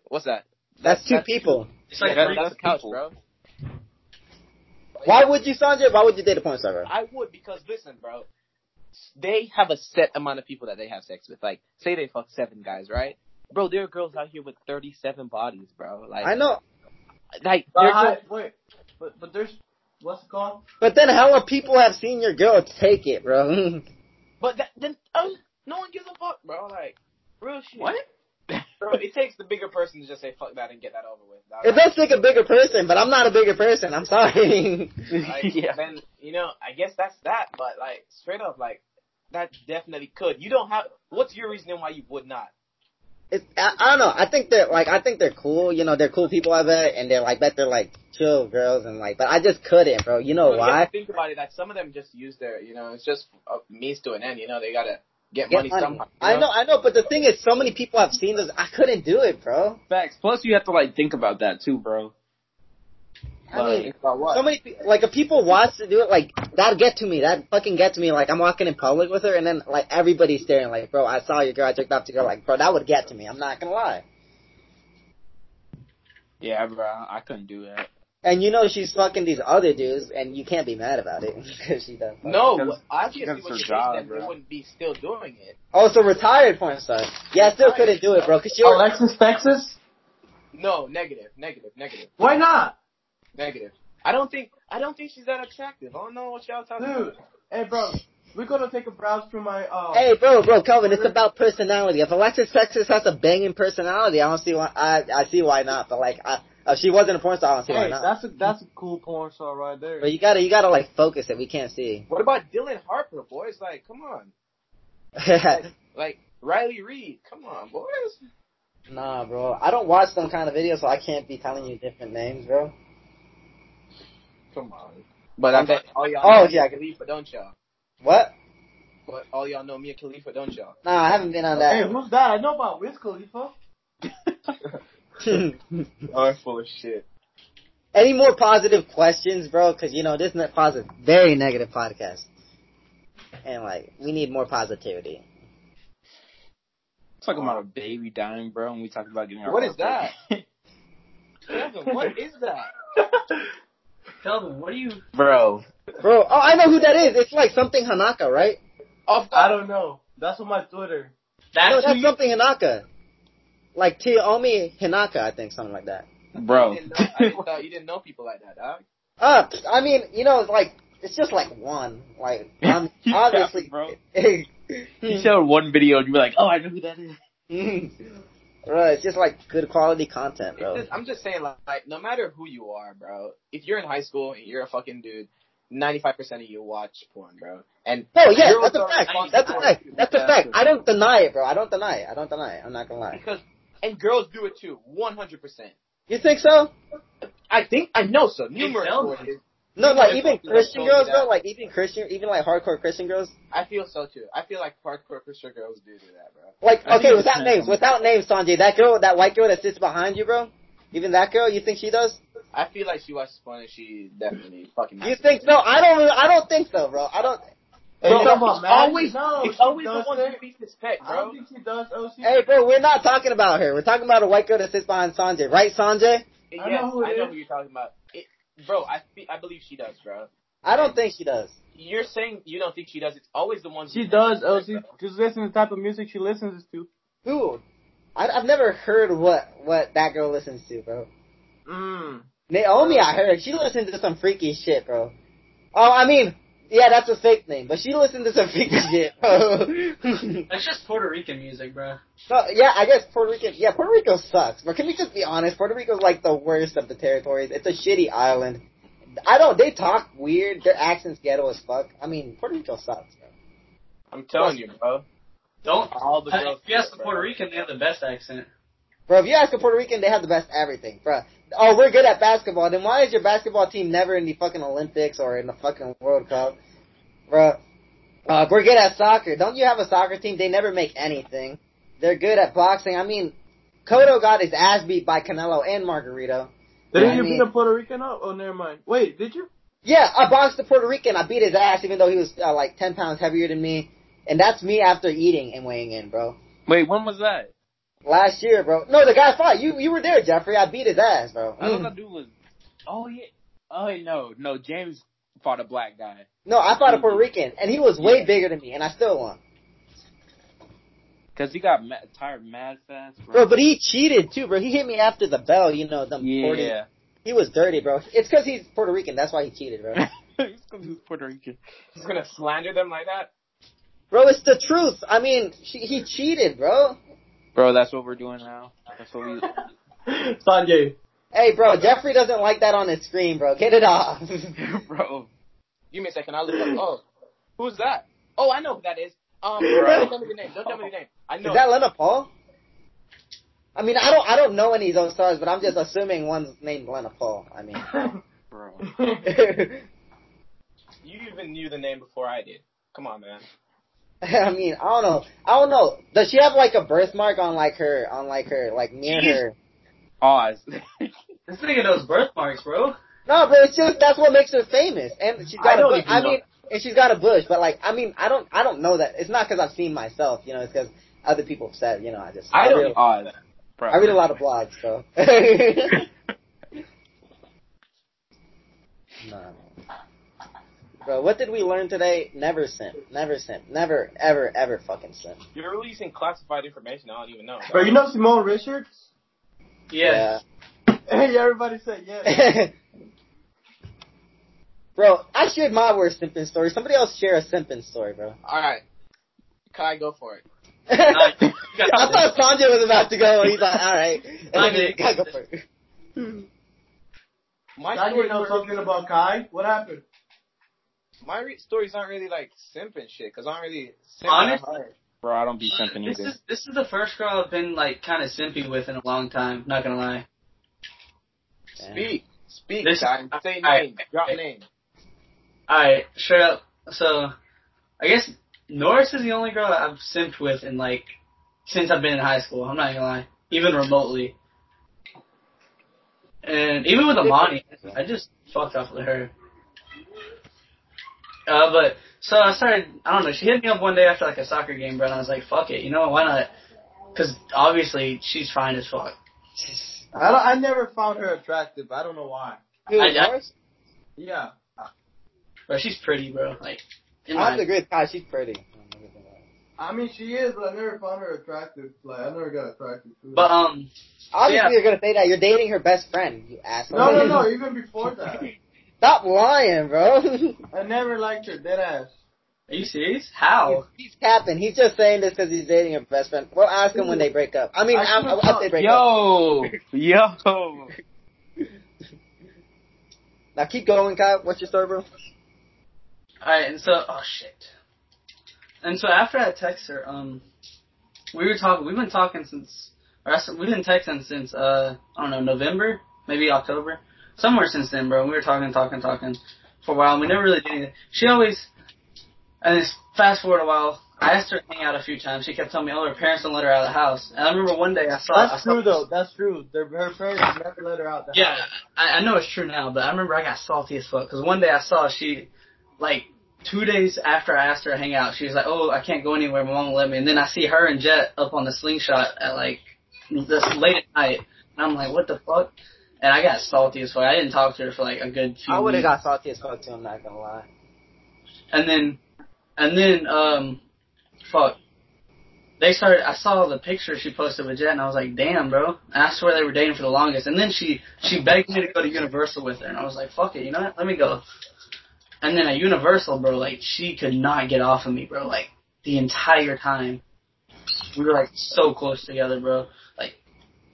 B: what's that?
A: that's two people.
E: It's like
B: yeah,
E: three-
B: that- that's a couch,
D: people.
B: bro.
A: Why would you, Sanjay? Why would you date a porn star? Bro?
B: I would because listen, bro. They have a set amount of people that they have sex with. Like, say they fuck seven guys, right? Bro, there are girls out here with thirty-seven bodies, bro. Like,
A: I know,
B: like
C: Uh,
B: there
C: hi-
B: are
C: wait, but but there's what's it called?
A: but then how are people have seen your girl take it, bro?
B: but that, then um, no one gives a fuck, bro. Like, real shit.
D: What?
B: Bro, it takes the bigger person to just say fuck that and get that over with. dog.
A: it does take a bigger person, but I'm not a bigger person. I'm sorry.
B: Like, Then you know, I guess that's that. But like, straight up, like that definitely could. You don't have. What's your reasoning why you would not?
A: It's, I, I don't know. I think they're like I think they're cool. You know, they're cool people. I bet, and they're like bet they're like chill girls and like. But I just couldn't, bro. You know
B: Well, you have
A: why?
B: to think about it. That some of them just use their, you know, it's just a means to an end. You know, they gotta get,
A: Get
B: money,
A: money.
B: somehow. you
A: I know, I know. But the thing is, so many people have seen this. I couldn't do it, bro.
D: Facts. Plus, you have to like think about that too, bro.
A: I
D: Like,
A: mean,
B: About what?
A: so many pe- like if people watch to do it, like that get to me. That fucking get to me. Like I'm walking in public with her, and then like everybody's staring. Like, bro, I saw your girl. I jerked off to your girl. Like, bro, that would get to me. I'm not gonna lie.
D: yeah, bro. I couldn't do that.
A: And you know she's fucking these other dudes, and you can't be mad about it because she does. fuck.
B: No,
D: Because-
B: obviously,
D: because
B: what
D: it's
B: you're
D: her
B: saying,
D: job,
B: then they
D: bro.
B: wouldn't be still doing it.
A: Also Oh, retired porn star. Yeah, I still couldn't do it, bro. Cause she was,
C: Alexis, Texas?
B: No, negative, negative, negative,
C: Why not?
B: negative. I don't think, I don't think she's that attractive. I don't know what y'all talking
C: Dude,
B: about.
C: hey, bro, we're going to take a browse through my. Uh,
A: hey, bro, bro, Kelvin, it's about personality. If Alexis Texas has a banging personality, I don't see why. I I see why not. But like, I, if she wasn't a porn star, I don't see why
C: hey
A: not.
C: that's, a, that's a cool porn star right there.
A: But you gotta, you gotta like focus it. We can't see.
B: What about Dylan Harper, boys? Like, come on, like Riley Reed, come on, boys.
A: Nah, bro. I don't watch them kind of videos, so I can't be telling you different names, bro.
B: Come on. But I bet all y'all
A: Oh,
B: know
A: yeah.
B: Mia Khalifa, don't y'all?
A: What?
B: But all y'all know Mia Khalifa, don't y'all?
A: Nah, I haven't been on
C: Hey,
A: that.
C: who's that? I know about Wiz Khalifa.
B: Oh, full of shit.
A: Any more positive questions, bro? Because you know this is a positive, very negative podcast, and like we need more positivity.
D: Talking about a baby dying, bro, and we talked about getting our.
B: What is
D: heart broken.
B: Kevin, what is that?
E: Kelvin, what are you?
D: bro?
A: Bro, oh, I know who that is. It's like something Hanaka, right?
B: Off
C: I don't know. That's on my Twitter.
A: No,
E: That's who
A: that's
E: you.
A: something Hanaka. Like Tiomi Hinaka, I think, something like that.
D: Bro.
B: You didn't know, I just thought you didn't know people like that, dog.
A: Uh, I mean, you know, it's like, it's just like one. Like, I'm
D: Yeah,
A: obviously.
D: bro. You showed one video and you were like, "Oh, I know who that is."
A: Bro, it's just like good quality content,
B: It's
A: bro.
B: just, I'm just saying, like, like, no matter who you are, bro, if you're in high school and you're a fucking dude, 95% of you watch porn, bro. And
A: No, yeah,
B: you're
A: that's a
B: also
A: fact.
B: responsible
A: That's a
B: for
A: fact.
B: it,
A: That's a
D: Yeah,
A: fact.
D: true.
A: I don't deny it, bro. I don't deny it. I don't deny it. I'm not gonna lie.
B: Because, and girls do it too, 100%.
A: You think so?
B: I think, I know so,
E: It
B: numerous
E: sounds-
B: sources.
A: No,
B: Yeah,
A: like
B: I
A: even
B: told you- I
A: Christian
B: told you
A: girls, bro.
B: that.
A: Like even Christian, even like hardcore Christian girls.
B: I feel so too. I feel like hardcore Christian girls do do that, bro.
A: Like
D: I think
A: okay,
D: it's
A: without
D: nice.
A: names, without names, Sanjay. That girl, that white girl that sits behind you, bro. Even that girl, you think she does?
B: I feel like she watches porn and she definitely fucking.
A: You think so? I don't. I don't think so, bro. I don't.
C: Hey,
B: Bro,
C: you know about
B: it's
C: Maddie?
B: always,
C: No,
B: it's
C: she
B: always the
C: does
B: one
C: that.
B: who beats his pet,
C: I don't
B: bro.
C: think she does LC.
A: Hey, bro, we're not talking about her. We're talking about a white girl that sits behind Sanjay, right, Sanjay?
B: Yes,
C: I
B: I
C: know who
B: know,
C: it is.
B: who you're talking about. It, bro, I fe- I believe she does, bro.
A: I don't think she does.
B: You're saying you don't think she does. It's always the ones.
C: She
B: who-
C: does LC. Just listen to the type of music she listens to.
A: Who? I, I've never heard what what that girl listens to, bro.
C: Mm.
A: Naomi, I heard she listens to some freaky shit, bro. Oh, I mean, yeah, that's a fake name, but she listens to some freaky shit, bro.
E: That's just Puerto Rican music, bro.
A: so, yeah, I guess Puerto Rican. Yeah, Puerto Rico sucks, but can we just be honest? Puerto Rico's like the worst of the territories. It's a shitty island. I don't. They talk weird. Their accents ghetto as fuck. I mean, Puerto Rico sucks, bro.
B: I'm telling you, bro.
E: Don't.
B: All the
E: Uh,
B: girls.
E: if you ask the
B: bro.
E: Puerto Rican, they have the best accent.
A: Bro, if you ask a Puerto Rican, they have the best everything, bro. Oh, we're good at basketball. Then why is your basketball team never in the fucking Olympics or in the fucking World Cup, bro? Uh, we're good at soccer. Don't you have a soccer team? They never make anything. They're good at boxing. I mean, Cotto got his ass beat by Canelo and Margarito.
C: Didn't
A: Yeah, I
C: you
A: mean-
C: beat a Puerto Rican up? Oh, never mind. Wait, did you?
A: Yeah, I boxed a Puerto Rican. I beat his ass, even though he was uh, like ten pounds heavier than me. And that's me after eating and weighing in, bro.
D: Wait, when was that?
A: Last year, bro. No, the guy fought. You you were there, Jeffrey. I beat his ass, bro. Mm.
D: I thought that dude was. Oh yeah. Oh wait, no, no. James fought a black guy.
A: No, I fought a Puerto Rican, and he was way
D: Yeah.
A: bigger than me, and I still won.
D: Cause he got ma- tired mad fast,
A: Bro,
D: bro.
A: but he cheated too, bro. He hit me after the bell, you know, them 40.
D: yeah,
A: He was dirty, bro. It's because he's Puerto Rican, that's why he cheated, bro.
D: It's 'cause he was Puerto Rican.
B: He's gonna slander them like that.
A: bro, it's the truth. I mean, she, he cheated, bro.
D: Bro, that's what we're doing now. That's what we.
C: Sanjay.
A: Hey, bro, Jeffrey doesn't like that on his screen, bro. Get it off.
D: bro,
B: Give me a second. I'll look up. Oh, who's that? Oh, I know who that is. Um,
D: Bro.
B: don't tell me the name. Don't tell me the name. I know.
A: Is that Lena Paul? I mean, I don't, I don't know any of those stars, but I'm just assuming one's named Lena Paul. I mean,
D: bro.
B: You even knew the name before I did. Come on, man.
A: I mean, I don't know, I don't know. Does she have like a birthmark on like her, on like her, like near
E: She's-
A: her?
D: Oz.
E: This nigga knows birthmarks, bro.
A: No, but it's just that's what makes her famous, and she's
D: I
A: got a
D: don't
A: bush.
D: even
A: I
D: know.
A: mean, and she's got a bush, but like, I mean, I don't, I don't know that. It's not because I've seen myself, you know. It's because other people have said, you know. I just,
D: I don't
A: read,
D: Oz. Bro.
A: I read a lot of blogs, so. nah, man. Bro, what did we learn today? Never simp. Never simp. Never, ever, ever fucking simp.
B: You're releasing classified information. I don't even know.
C: Bro, you know Simone Richards?
E: Yeah.
C: Hey, everybody said yeah.
A: Yeah. bro, I shared my worst simping story. Somebody else share a simping story, bro.
B: All right. Can I go for it?
E: Nah, you
A: I
E: got
A: thought Sanjay was about to go, and he's like, all right.
E: Mine is-
A: Gotta go for it.
B: My
C: Now you
B: stories,
C: know
B: were-
C: something about Kai. What happened?
B: my re- stories aren't really like simp and shit because I don't really simp
E: Honestly,
B: that hard.
D: Bro, I don't be something
E: this
D: either.
E: is this is the first girl I've been like kind of simping with in a long time. Not gonna lie.
A: Damn.
B: Speak, speak,
E: This-
B: Kai. Say name,
E: I-
B: drop
E: I-
B: name.
E: All right, straight up. So, I guess Norris is the only girl that I've simped with in like since I've been in high school. I'm not gonna lie, even remotely. And even with Amani, I just fucked off with her. Uh, but so I started. I don't know. She hit me up one day after like a soccer game, bro, and I was like, "Fuck it, you know why not?" Because obviously she's fine as fuck.
C: I don't, I never found her attractive. I don't know why.
A: Dude,
E: I- I-
A: Morris?
C: Yeah.
E: But she's pretty, bro. Like, in
A: I
E: my
A: have to agree with Kai. She's pretty.
C: I mean, she is, but I never found her attractive. Like, I never got attracted to her.
E: But um,
A: Obviously,
E: Yeah.
A: you're gonna say that. You're dating her best friend, you asshole.
C: no, no, no. Even before that,
A: Stop lying, bro.
C: I never liked her dead ass.
E: are you serious? How?
A: he's capping. He's just saying this because he's dating her best friend. We'll ask him when they break up. I mean,
C: I
A: I
C: should've
A: will if they
C: known.
A: break up.
D: Yo, yo.
A: Now keep going, Kai. What's your story, bro?
E: Alright, and so oh shit. And so after I text her, um we were talking we've been talking since or I s- we've been texting since uh I don't know, November, maybe October. Somewhere since then, bro. We were talking, talking, talking for a while and we never really did anything. She always and then fast forward a while, I asked her to hang out a few times. She kept telling me, Oh, her parents don't let her out of the house. And I remember one day I saw I
C: That's
E: saw-
C: true, though. That's true. Their, her parents never let her out. The
E: uh, yeah,
C: house.
E: I, I know it's true now, but I remember I got salty as fuck because one day I saw she, like, two days after I asked her to hang out, she was like, "Oh, I can't go anywhere. My mom won't let me." And then I see her and Jet up on the slingshot at like this late at night, and I'm like, "What the fuck?" And I got salty as fuck. I didn't talk to her for like a good. Few
A: I would have
E: weeks.
A: got salty as fuck too. I'm not gonna lie.
E: And then, and then, um, fuck. They started. I saw the picture she posted with Jet, and I was like, "Damn, bro!" And I swear they were dating for the longest. And then she she begged me to go to Universal with her, and I was like, "Fuck it, you know what? Let me go." And then at Universal, bro, like she could not get off of me, bro, like the entire time. We were like so close together, bro. Like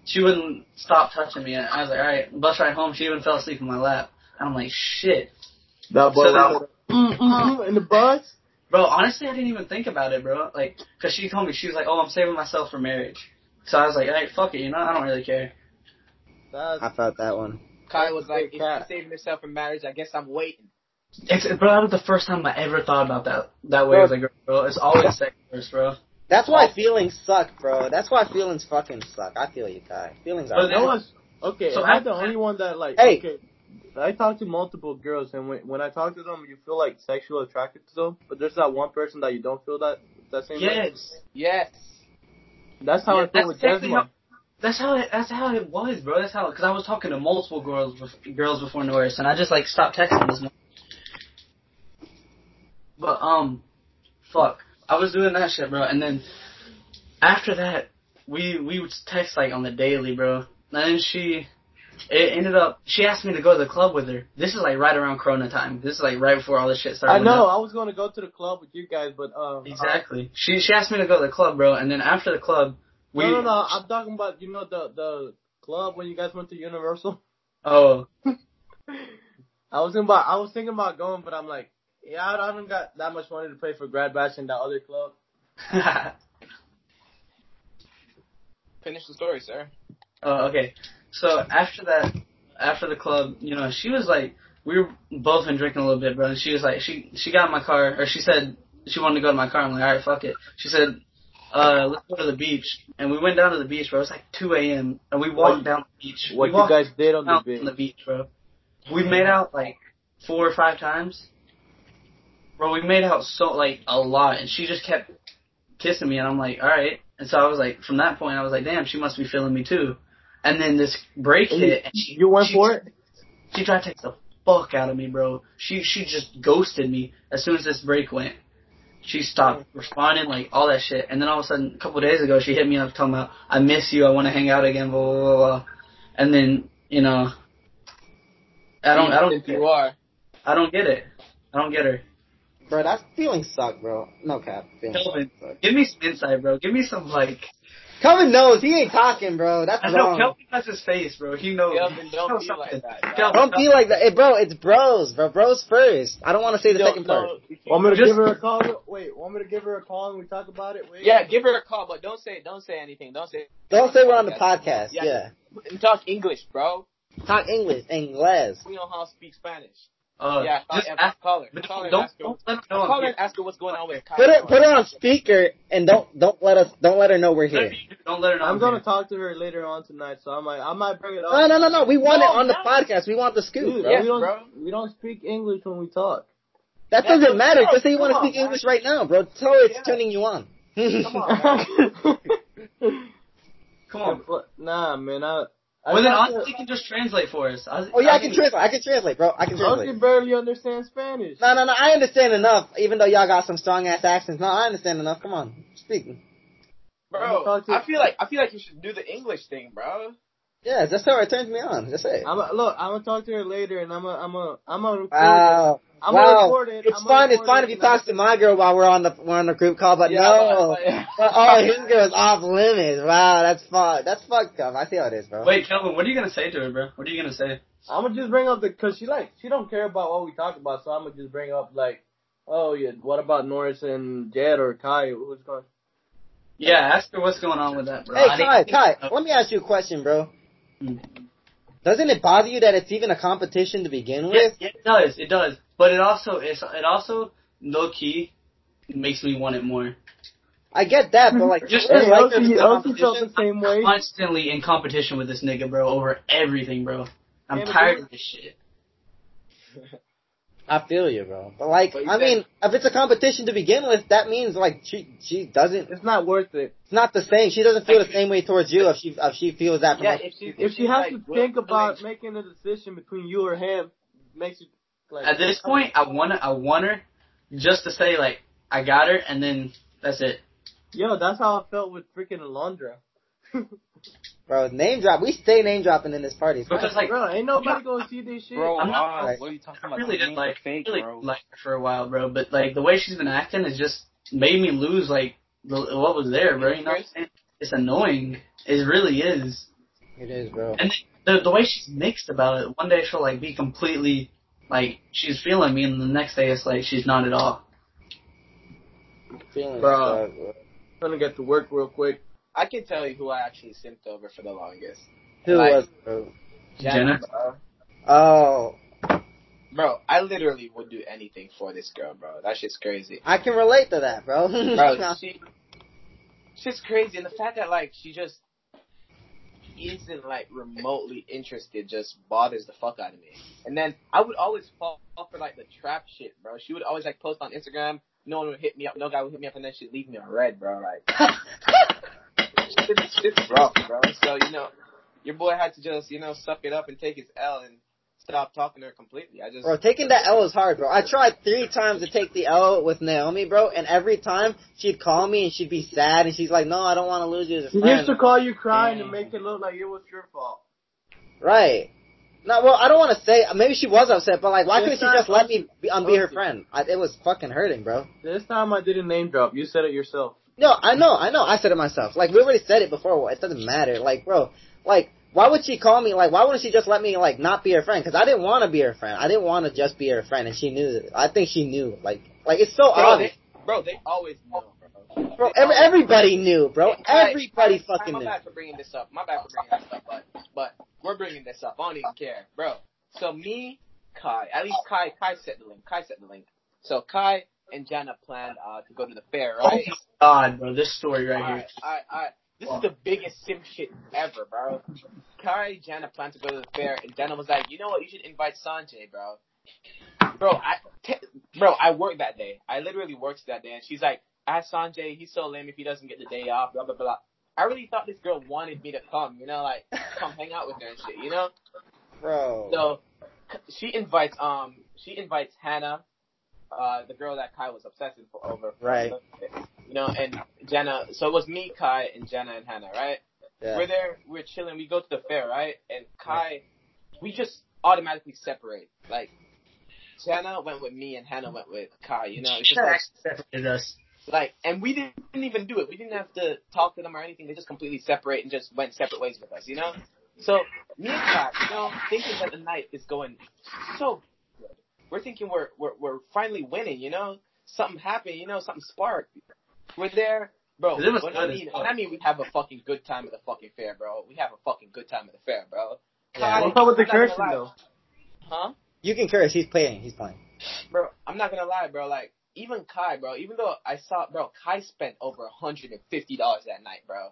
E: she wouldn't stop touching me. I was like, "All right, bus ride home." She even fell asleep in my lap. I'm like, "Shit."
C: That boy.
E: So that-
C: was like, mm, mm, mm, in the bus.
E: Bro, honestly, I didn't even think about it, bro. Like, cause she told me she was like, "Oh, I'm saving myself for marriage." So I was like, "Hey, fuck it, you know, I don't really care."
C: That's,
A: I felt that one.
B: Kai was like, if
C: Kai.
B: you're saving yourself for marriage, I guess I'm waiting.
E: It's bro, that was the first time I ever thought about that that way. as a girl, bro, it's always sex first, bro.
A: That's why feelings suck, bro. That's why feelings fucking suck. I feel you, Kai. Feelings
E: But
A: are.
C: that was okay.
E: So
C: So I'm
E: I-
C: the only one that like.
A: Hey.
C: Okay, I talked to multiple girls, and when, when I talk to them, you feel like sexually attracted to them. But there's that one person that you don't feel that that same. way.
E: Yes,
B: Yes.
C: That's how
E: Yeah,
C: I
E: that's
C: feel with
E: exactly
C: Desmond.
E: that's how it, that's how it was, bro. That's how because I was talking to multiple girls bef- girls before Norris, and I just like stopped texting this one. But um, fuck, I was doing that shit, bro. And then after that, we we would text like on the daily, bro. And then she it ended up she asked me to go to the club with her. This is like right around Corona time. This is like right before all this shit started.
C: I
E: went
C: know. I
E: up.
C: was going to go to the club with you guys, but um.
E: exactly. She she asked me to go to the club, bro. And then after the club, we
C: no, no, no. I'm talking about you know the the club when you guys went to Universal.
E: oh
C: I was about I was thinking about going, but I'm like, yeah, I don't got that much money to pay for grad bash in that other club.
B: Finish the story, sir.
E: Oh, okay. So after that, after the club, you know, she was like, we were both been drinking a little bit, bro. And she was like, she she got in my car, or she said she wanted to go to my car. I'm like, all right, fuck it. She said, uh, let's go to the beach, and we went down to the beach, bro. It was like 2 a.m. and we walked
F: What-
E: down the beach.
F: What
E: we
F: you
E: walked
F: guys did on the
E: out
F: beach?
E: on the beach, bro. We made out like four or five times, bro. We made out so like a lot, and she just kept kissing me, and I'm like, all right. And so I was like, from that point, I was like, damn, she must be feeling me too. And then this break
F: And
E: hit, and she
F: You went
E: she,
F: for it?
E: She tried to take the fuck out of me, bro. She she just ghosted me as soon as this break went. She stopped responding, like all that shit. And then all of a sudden, a couple of days ago, she hit me up talking about, "I miss you. I want to hang out again." Blah blah blah. blah. And then you know, I don't I
B: If
E: don't
B: you are.
E: I don't get it. I don't get her.
A: Bro, that feelings suck, bro. No cap. Feelings
E: Kelvin.
A: suck.
E: Give me some insight, bro. Give me some like.
A: Kelvin knows he ain't talking, bro. That's
E: I know
A: wrong.
E: Kelvin has his face, bro. He knows.
B: Kelvin, don't
E: Know
B: be like
E: something.
B: that, dog.
E: Kelvin,
A: Don't be like that, hey, bro. It's bros, bro. Bros first. I don't want to say the
B: Yo,
A: second part.
B: no, you can't-
F: Want me to
E: Just-
F: give her a
C: Call her, wait, want me to give her a call and we talk about it? Wait.
B: Yeah, give her a call, but don't say don't say anything. Don't say
A: Don't say we're on the podcast.
B: Yeah.
A: Yeah,
B: talk English, bro.
A: talk English, English.
B: We don't how to speak Spanish.
E: Uh,
B: yeah, call,
E: just
B: and
E: ask.
B: call her.
E: but
B: Call her
E: Don't,
B: and
E: don't,
B: ask her.
E: let her know. I'm
B: Call her
E: here.
B: and ask her what's going on with Kyle.
A: Put it, put it on speaker, and don't don't let us don't let her know we're here.
E: Don't let her know.
C: I'm
E: I'm
C: gonna
E: here.
C: talk to her later on tonight, so I might I might bring it up.
A: No, no, no, no. We want
B: No,
A: it on the
B: no.
A: podcast. We want the scoop,
C: Dude,
A: bro.
B: Yeah,
C: we don't
B: bro.
C: we don't speak English when we talk.
A: That
B: Yeah,
A: doesn't
B: no,
A: matter.
B: no,
A: Just say you want to
B: come
A: speak
B: on,
A: English right now, bro. Tell her it's
B: Yeah.
A: turning you on.
B: Come on, bro.
E: Come on.
C: nah, man. I I,
E: Well, then
C: talked
E: Ozzy can just translate for us. Ozzy,
A: oh yeah, I can
E: Ozzy-
A: translate. I can translate, bro. I can
C: to, I
A: translate.
C: can barely understand Spanish.
A: No, no, no. I understand enough, even though y'all got some strong ass accents. No, I understand enough. Come on, speak.
C: I'ma
B: bro.
C: talk to-
B: I feel like I feel like you should do the English thing, bro.
A: Yeah, just tell her it turns me on. That's it.
C: I'm look. I'm gonna talk to her later, and I'm a I'm a I'm a record it.
A: Wow.
C: I'm
A: Ah, wow.
C: gonna record it.
A: It's
C: I'm
A: fun. It's fun if you talk to my girl while we're on the we're on the group call, but no.
B: Yeah,
A: But, oh, his girl's off limits. Wow, that's fuck. That's fucked up. I see how it is, bro.
E: Wait, Kelvin, what are you gonna say to her, bro? What are you gonna say?
C: I'm gonna just bring up the cause she like she don't care about what we talk about, so I'm gonna just bring up like, oh yeah, what about Norris and Jed or Kai? Who's going?
E: Yeah, ask her what's going on with that, bro.
A: Hey,
E: I
A: Kai,
E: didn't-
A: Kai, let me ask you a question, bro.
E: Hmm.
A: Doesn't it bother you that it's even a competition to begin
E: Yeah,
A: with?
E: yeah, it does, it does, but it also it's it also low key makes me want it more.
A: I get that, but like,
E: Just-
A: really,
E: Hey,
A: like,
C: Elsie,
A: there's a
C: Elsie felt
A: competition?
C: the same way.
E: Constantly in competition with this nigga, bro, over everything, bro. I'm
C: Yeah, but
E: tired
C: you-
E: of this shit.
A: I feel you, bro. But like,
B: But you
A: I
B: said-
A: mean, if it's a competition to begin with, that means like she she doesn't.
C: It's not worth it.
A: It's not the same. She doesn't feel the same way towards you if she if she feels that. from
B: yeah.
A: her-
B: If she
C: If she
B: she's,
C: has
B: like,
C: to
B: will-
C: think about
B: willing-
C: making a decision between you or him, makes you like
E: At this point, I wanna I want her just to say like I got her, and then that's it.
C: Yo, that's how I felt with freaking Alondra.
A: Bro, name drop. We stay name dropping in this party. It's
E: Because
A: fine.
E: like
C: Bro, ain't nobody gonna see this shit.
D: Bro,
E: I'm not-
D: Oz, what are you talking
E: I
D: about?
E: really
D: That
E: did
D: name's
E: like
D: a fake,
E: really
D: bro.
E: liked her for a while, bro. But like the way she's been acting has just made me lose like the, what was there, bro. You know, what I'm saying? it's annoying. It really is.
A: It is, bro.
E: And the the way she's mixed about it. One day she'll like be completely like she's feeling me, and the next day it's like she's not at all.
A: Feelings,
C: Bro.
A: suck, bro.
C: I'm gonna get to work real quick.
B: I can tell you who I actually simped over for the longest.
A: Who
B: Like-
A: was, bro?
E: Jenna?
B: bro.
A: Oh,
B: Bro, I literally would do anything for this girl, bro. That shit's crazy.
A: I can relate to that, bro.
B: Bro, she, shit's crazy, and the fact that like she just isn't like remotely interested just bothers the fuck out of me. And then I would always fall for like the trap shit, bro. She would always like post on Instagram. No one would hit me up. No guy would hit me up, and then she'd leave me on red, bro. Like it's, it's rough, bro. So you know, your boy had to just you know suck it up and take his L and stop talking to her completely. I just
A: Bro, taking that L is hard, bro. I tried three times to take the L with Naomi, bro, and every time she'd call me and she'd be sad and she's like, "No, I don't want to lose you as a
C: She
A: friend."
C: used to call you crying and
D: Damn.
C: make it look like it was your fault.
A: right? No, well, I don't want to say. Maybe she was upset, but like, why
C: It's
A: couldn't she
C: not
A: just let me be, um, be her
C: Okay.
A: friend? I, it was fucking hurting, bro.
C: This time I didn't name drop. You said it yourself.
A: No, I know, I know. I said it myself. Like we already said it before. It doesn't matter. Like, bro, like why would she call me? Like, why wouldn't she just let me like not be her friend? Because I didn't want to be her friend. I didn't want to just be her friend, and she knew. I think she knew. Like, like it's so
B: bro,
A: obvious.
B: they, bro, they always know, bro.
A: Bro, every, everybody knew, bro. Everybody fucking
B: My
A: knew.
B: bad for bringing this up. My bad for bringing this up, but but we're bringing this up. I don't even care, bro. So me, Kai, at least Kai, Kai set the link. Kai set the link. So Kai and Jana planned uh, to go to the fair, right?
A: Oh,
E: God, bro, this story right
B: All
E: here.
B: right, all right, all right. This is the biggest sim shit ever, bro. Kai Jana planned to go to the fair, and Jana was like, "You know what? You should invite Sanjay, bro." Bro, I, te- bro, I worked that day. I literally worked that day, and she's like, "Ask Sanjay. He's so lame if he doesn't get the day off." Blah blah blah. I really thought this girl wanted me to come, you know, like come hang out with her and shit, you know.
A: Bro.
B: So c- she invites um she invites Hannah, uh the girl that Kai was obsessing for over for
A: Right.
B: you know, and Jenna. So it was me, Kai, and Jenna and Hannah, right?
A: Yeah.
B: We're there, we're chilling. We go to the fair, right? And Kai, we just automatically separate. Like Jenna went with me, and Hannah went with Kai. You know, it's just like
E: separated us.
B: like, and we didn't even do it. We didn't have to talk to them or anything. They just completely separate and just went separate ways with us, you know? So, me and Pat, you know, thinking that the night is going so good. We're thinking we're, we're, we're finally winning, you know? Something happened, you know? Something sparked. We're there. Bro,
E: It was
B: when
E: good
B: I,
E: as
B: mean,
E: fuck.
B: when I mean we have a fucking good time at the fucking fair, bro. We have a fucking good time at the fair, bro.
A: Yeah.
C: What's up with the
B: I'm not gonna
C: cursing
B: lie.
C: though?
B: Huh?
A: You can curse. He's playing. He's playing.
B: bro. I'm not gonna lie, bro. Like even Kai, bro. Even though I saw, bro, Kai spent over hundred and fifty dollars that night, bro.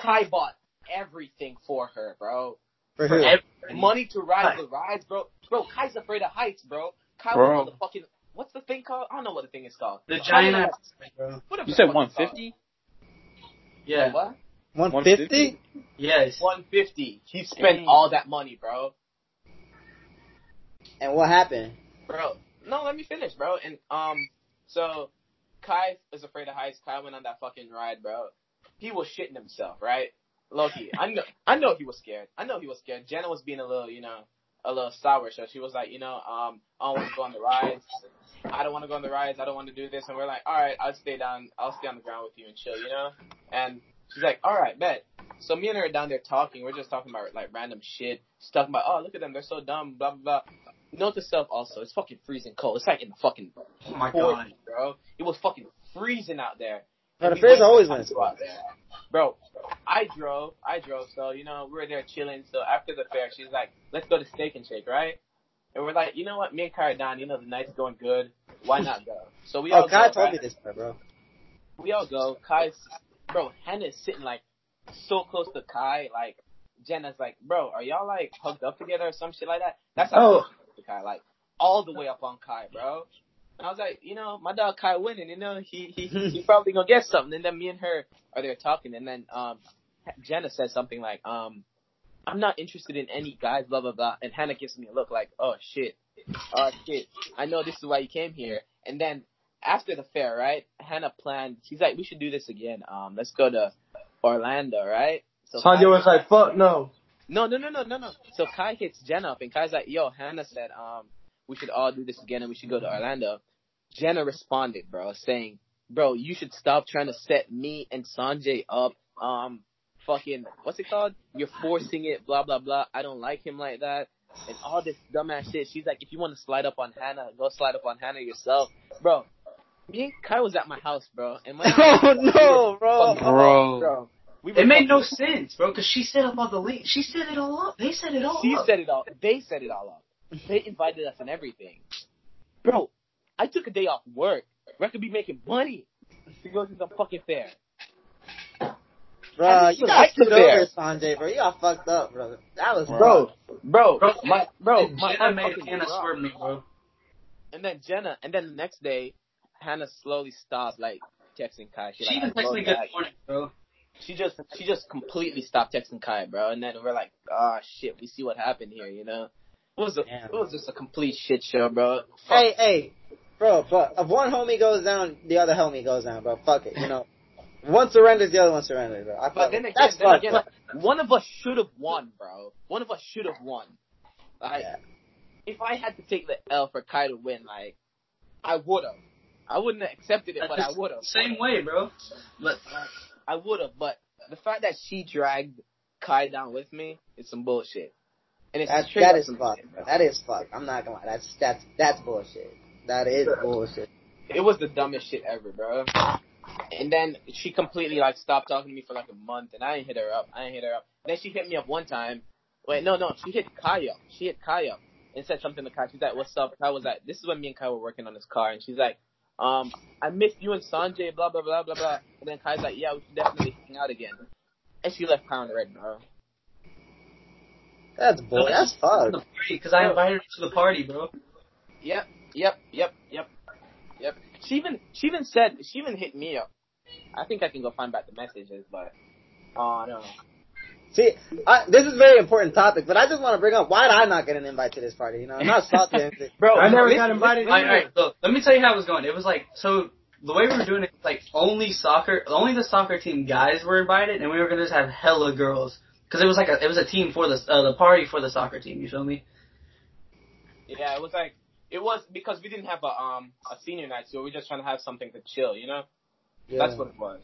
B: Kai bought everything for her, bro.
A: For
E: For
A: who?
E: everybody.
B: Money to ride
E: Kai.
B: the rides, bro. Bro, Kai's afraid of heights, bro. Kai
D: Bro.
B: was on the fucking. What's the thing called? I don't know what the thing is called.
E: The
B: Kai
E: giant
B: was-
E: ass. Bro.
B: whatever
D: You
B: the
D: said
B: fuck it's
D: 150?
B: called.
E: Yeah.
B: What?
A: 150?
E: Yes.
B: One fifty. He spent
D: Dang.
B: all that money, bro.
A: And what happened?
B: bro. No, let me finish, bro. And um, so Kai is afraid of heights. Kai went on that fucking ride, bro. He was shitting himself, right? Loki, I know, I know he was scared. I know he was scared. Jenna was being a little, you know, a little sour. So she was like, you know, um, I don't want to go on the rides. I don't want to go on the rides. I don't want to do this. And we're like, all right, I'll stay down. I'll stay on the ground with you and chill, you know. And she's like, all right, bet. So me and her are down there talking. We're just talking about like random shit. She's talking about, oh, look at them, they're so dumb, blah blah blah. Note to self also, it's fucking freezing cold. It's like in the fucking
E: Oh my
B: 40s,
E: god.
B: bro. It was fucking freezing out there.
A: Bro,
B: And
A: the
B: we
A: fair's
B: went-
A: always been
B: out there. Bro, I drove, I drove, so you know, we were there chilling. So after the fair, she's like, let's go to Steak and Shake, right? And we're like, you know what, me and Kai are down, you know, the night's going good. Why not go? So we all
A: Oh, Kai
B: go,
A: told
B: right?
A: me this, bro.
B: we all go. Kai's, bro, Hannah's sitting like so close to Kai. Like Jenna's like, bro, are y'all like hugged up together or some shit like that? That's how
C: Oh.
B: close she was to Kai, like all the way up on Kai, bro. And I was like, you know, my dog Kai winning, you know, he he he probably gonna get something. And then me and her are there talking, and then um, Jenna says something like, um, I'm not interested in any guys, blah blah blah. And Hannah gives me a look like, oh shit, oh shit, I know this is why you came here. And then after the fair, right? Hannah planned. She's like, we should do this again. Um, let's go to Orlando, right? So
C: Sanjay was like, fuck no.
B: no, no, no, no, no, no. So Kai hits Jenna up, and Kai's like, "Yo, Hannah said um we should all do this again, and we should go to Orlando." Jenna responded, bro, saying, "Bro, you should stop trying to set me and Sanjay up. Um, fucking what's it called? You're forcing it. Blah blah blah. I don't like him like that." And all this dumbass shit. She's like, if you want to slide up on Hannah, go slide up on Hannah yourself, bro. Me and Kai was at my house, bro. And when
A: oh, no, bro.
D: Bro.
B: bro, we were
E: It
B: fucking-
E: made no sense, bro, because she set up all the link. She set it all up. They set it all
B: She
E: up.
B: set it all. They set it all up. They invited us and everything. Bro, I took a day off work. Where I could be making money to go to the fucking fair.
A: Bro, you got
B: Like the
A: screwed
B: fair.
A: over, Sanjay, bro. You got fucked up, bro. That was
D: Bro.
B: Bro,
E: Bro,
B: my bro,
E: Dude,
B: my
E: Jenna
B: heart
E: made
B: fucking
E: Hannah
B: dropped.
E: swerve me, bro.
B: And then Jenna, and then the next day, Hannah slowly stopped like texting Kai. She,
E: She
B: like,
E: even texted me
B: "I'm
E: good
B: back."
E: morning, bro.
B: She just she just completely stopped texting Kai, bro. And then we're like, ah shit, we see what happened here, you know. It was a,
A: Damn.
B: it was just a complete shit show, bro. Fuck
A: Hey, hey, bro, but if one homie goes down, the other homie goes down, bro. Fuck it, you know. One surrenders, the other one surrenders, bro. I
B: But
A: fuck
B: then
A: it.
B: again,
A: that's
B: then
A: fucked
B: again,
A: up.
B: one of us should have won, bro. One of us should have won. Like,
A: Yeah.
B: if I had to take the L for Kai to win, like, I would have. I wouldn't have accepted it, but I would have.
E: Same way, bro. But
B: I would have, but the fact that she dragged Kai down with me is some bullshit. And it's
A: That's,
B: straight
A: that
B: up
A: is
B: some
A: fucked.
B: bullshit,
A: bro.
B: bro.
A: That is fucked. I'm not gonna lie. That's that's that's bullshit. That is bullshit.
B: It was the dumbest shit ever, bro. And then she completely like stopped talking to me for like a month, and I didn't hit her up. I didn't hit her up. then she hit me up one time. Wait, no, no, she hit Kai up. She hit Kai up and said something to Kai. She's like, "What's up?" Kai was like, "This is when me and Kai were working on this car," and she's like, "Um, I miss you and Sanjay." Blah blah blah blah blah. And then Kai's like, "Yeah, we should definitely hang out again." And she left Kai on the red, bro.
A: That's boy. That's fucked.
E: Because I invited her to the party, bro.
B: Yep, yep, yep, yep, yep. She even she even said she even hit me up. I think I can go find back the messages, but oh no.
A: See, I, this is a very important topic, but I just want to bring up why did I not get an invite to this party? You know, I'm not salty. or anything.
B: Bro,
C: I never
B: listen,
C: got invited.
E: All right, all
C: either.
E: right. Look, let me tell you how it was going. It was like so. The way we were doing it, like only soccer, only the soccer team guys were invited, and we were gonna just have hella girls because it was like a, it was a team for the uh, the party for the soccer team. You feel me?
B: Yeah, it was like it was because we didn't have a um a senior night, so we were just trying to have something to chill, you know? That's what it was.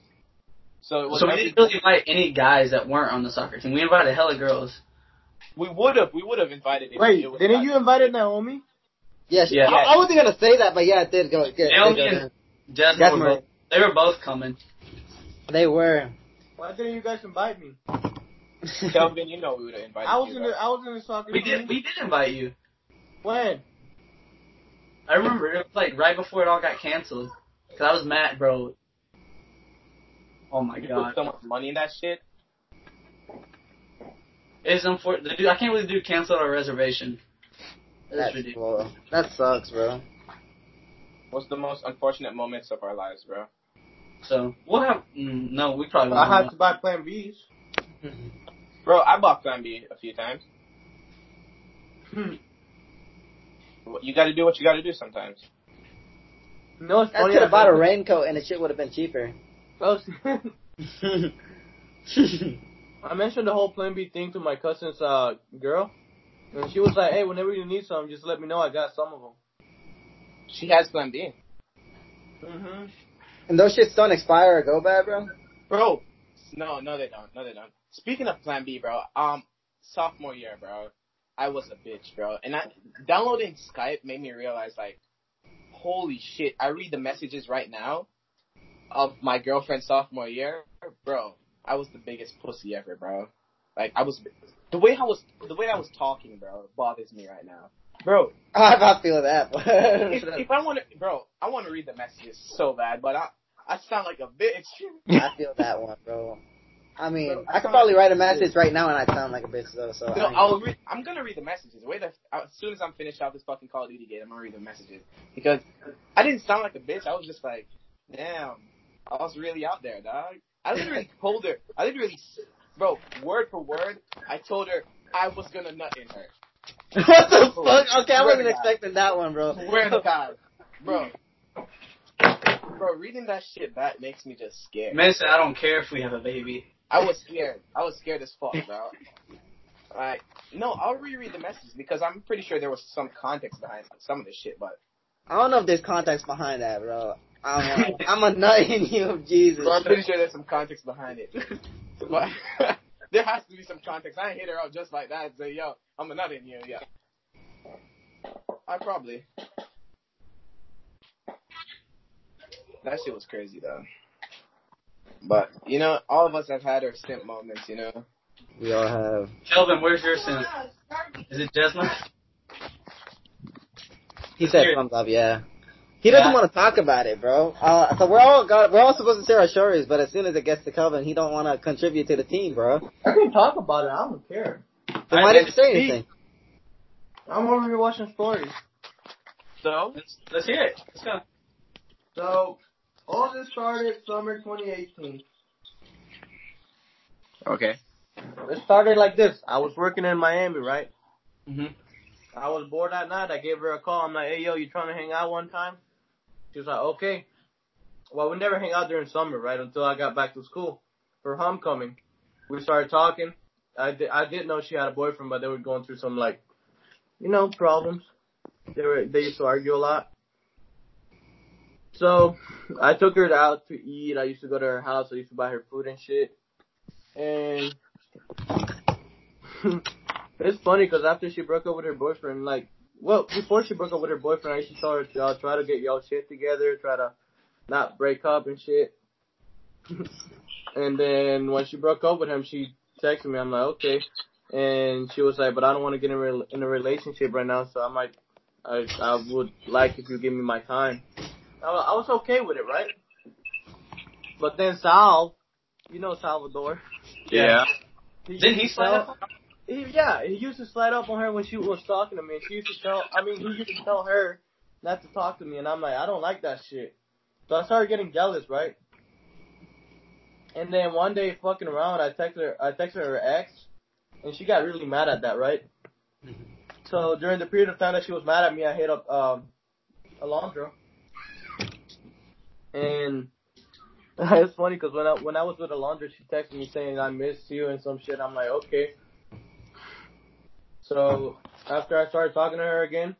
B: So it was
E: So we
B: every-
E: didn't really invite any guys that weren't on the soccer team. We invited hella girls.
B: we would have we would have invited if
C: Wait,
B: it was
C: didn't
B: not-
C: you invite Naomi?
A: Yeah, she,
E: Yeah.
A: I, I wasn't gonna say that, but yeah, it did go. It did,
E: Naomi
A: go
E: and-
A: down.
E: Jasmine, were
A: Jasmine.
E: both, they were both coming.
A: they were.
C: Why didn't you guys invite me?
B: Kelvin, you know we would have invited
C: I was
B: you.
C: in
B: bro.
C: the I was in the soccer
E: We
C: team.
E: did we did invite you.
C: when?
E: I remember it was like right before it all got canceled because I was mad, bro. Oh my
B: You put
E: god.
B: so much money in that shit.
E: It's unfortunate. Dude, I can't believe dude canceled our reservation. That's
A: That's
E: ridiculous.
A: cool. That sucks, bro.
B: Was the most unfortunate moments of our lives, bro.
E: So we'll have. Mm, no, we probably won't.
C: I
E: have
C: had to buy Plan Bs.
B: Bro, I bought Plan B a few times.
C: Hmm.
B: You got to do what you got to do sometimes.
C: No, it's
A: I
C: funny.
A: could have bought a raincoat and the shit would have been cheaper.
C: Close.
A: yeah,
C: I mentioned the whole Plan B thing to my cousin's uh girl, and she was like, "Hey, whenever you need some, just let me know. I got some of
B: She has Plan B.
C: them." hmm
A: and those shits don't expire or go bad, bro.
B: Bro, no, no, they don't. No, they don't. Speaking of Plan B, bro, um, sophomore year, bro, I was a bitch, bro, and I downloading Skype made me realize, like, holy shit, I read the messages right now of my girlfriend sophomore year, bro. I was the biggest pussy ever, bro. Like, I was the way I was the way I was talking, bro, bothers me right now, bro.
A: I, I feel that. bro.
B: If, if I want to, bro, I want to read the messages so bad, but I I sound like a bitch.
A: I feel that one, bro. I mean,
B: Bro,
A: I could probably write a message right now and I sound like a bitch though. So
B: No,
A: I mean,
B: I'll read. I'm gonna read the messages. Wait, a, as soon as I'm finished out this fucking Call of Duty game, I'm gonna read the messages because I didn't sound like a bitch. I was just like, damn, I was really out there, dog. I literally told her. I literally, s- bro, word for word, I told her I was gonna nut in her.
A: what the fuck? Okay, I
B: Swear to
A: wasn't
B: God.
A: expecting that one, bro.
B: Swear to God, bro. Bro, reading that shit back makes me just scared.
E: Man said, I don't care if we have a baby.
B: I was scared. I was scared as fuck, bro. Like, no, I'll reread the messages because I'm pretty sure there was some context behind some of this shit, but.
A: I don't know if there's context behind that, bro. I'm a, I'm a nut in you, Jesus.
B: Well, I'm pretty sure there's some context behind it. but there has to be some context. I ain't hit her up just like that and say, yo, I'm a nut in here, yeah. I probably. That shit was crazy, though. But, you know, all of us have had our simp moments, you know?
A: We all have.
E: Kelvin, where's your simp? Is it Jasmine?
A: He said
E: Here.
A: thumbs up, yeah. He doesn't
E: Yeah.
A: want to talk about it, bro. Uh, so we're all got, we're all supposed to share our stories, but as soon as it gets to Kelvin, he don't want to contribute to the team, bro. Then
C: I can talk about it. I don't care.
A: why didn't you say anything?
C: I'm over here watching stories.
B: So,
E: Let's, let's hear it. Let's go.
C: So all this started summer 2018.
B: okay.
C: It started like this. I was working in Miami, right?
E: Mhm.
C: I was bored that night. I gave her a call. I'm like, "Hey, yo, you trying to hang out one time?" She was like, "Okay." Well, we never hang out during summer, right? Until I got back to school for homecoming. We started talking. I did, I did know she had a boyfriend, but they were going through some like, you know, problems. They were they used to argue a lot. So I took her out to eat. I used to go to her house. I used to buy her food and shit. And it's funny because after she broke up with her boyfriend, like, well, before she broke up with her boyfriend, I used to tell her, y'all try to get y'all shit together, try to not break up and shit. and then when she broke up with him, she texted me. I'm like, okay. And she was like, but I don't want to get in a, rel- in a relationship right now, so I might, I, I would like if you give me my time. I, wa- I was okay with it, right? But then Sal, you know Salvador.
E: Yeah.
C: He
E: Didn't he
C: used to slide
E: slide
C: up? He, yeah, he used to slide up on her when she was talking to me. And she used to tell, I mean, he used to tell her not to talk to me, and I'm like, I don't like that shit. So I started getting jealous, right? And then one day, fucking around, I texted her, I texted her ex, and she got really mad at that, right? So during the period of time that she was mad at me, I hit up um, Alondra, and it's funny because when I when I was with Alondra, she texted me saying I miss you and some shit. I'm like, okay. So after I started talking to her again,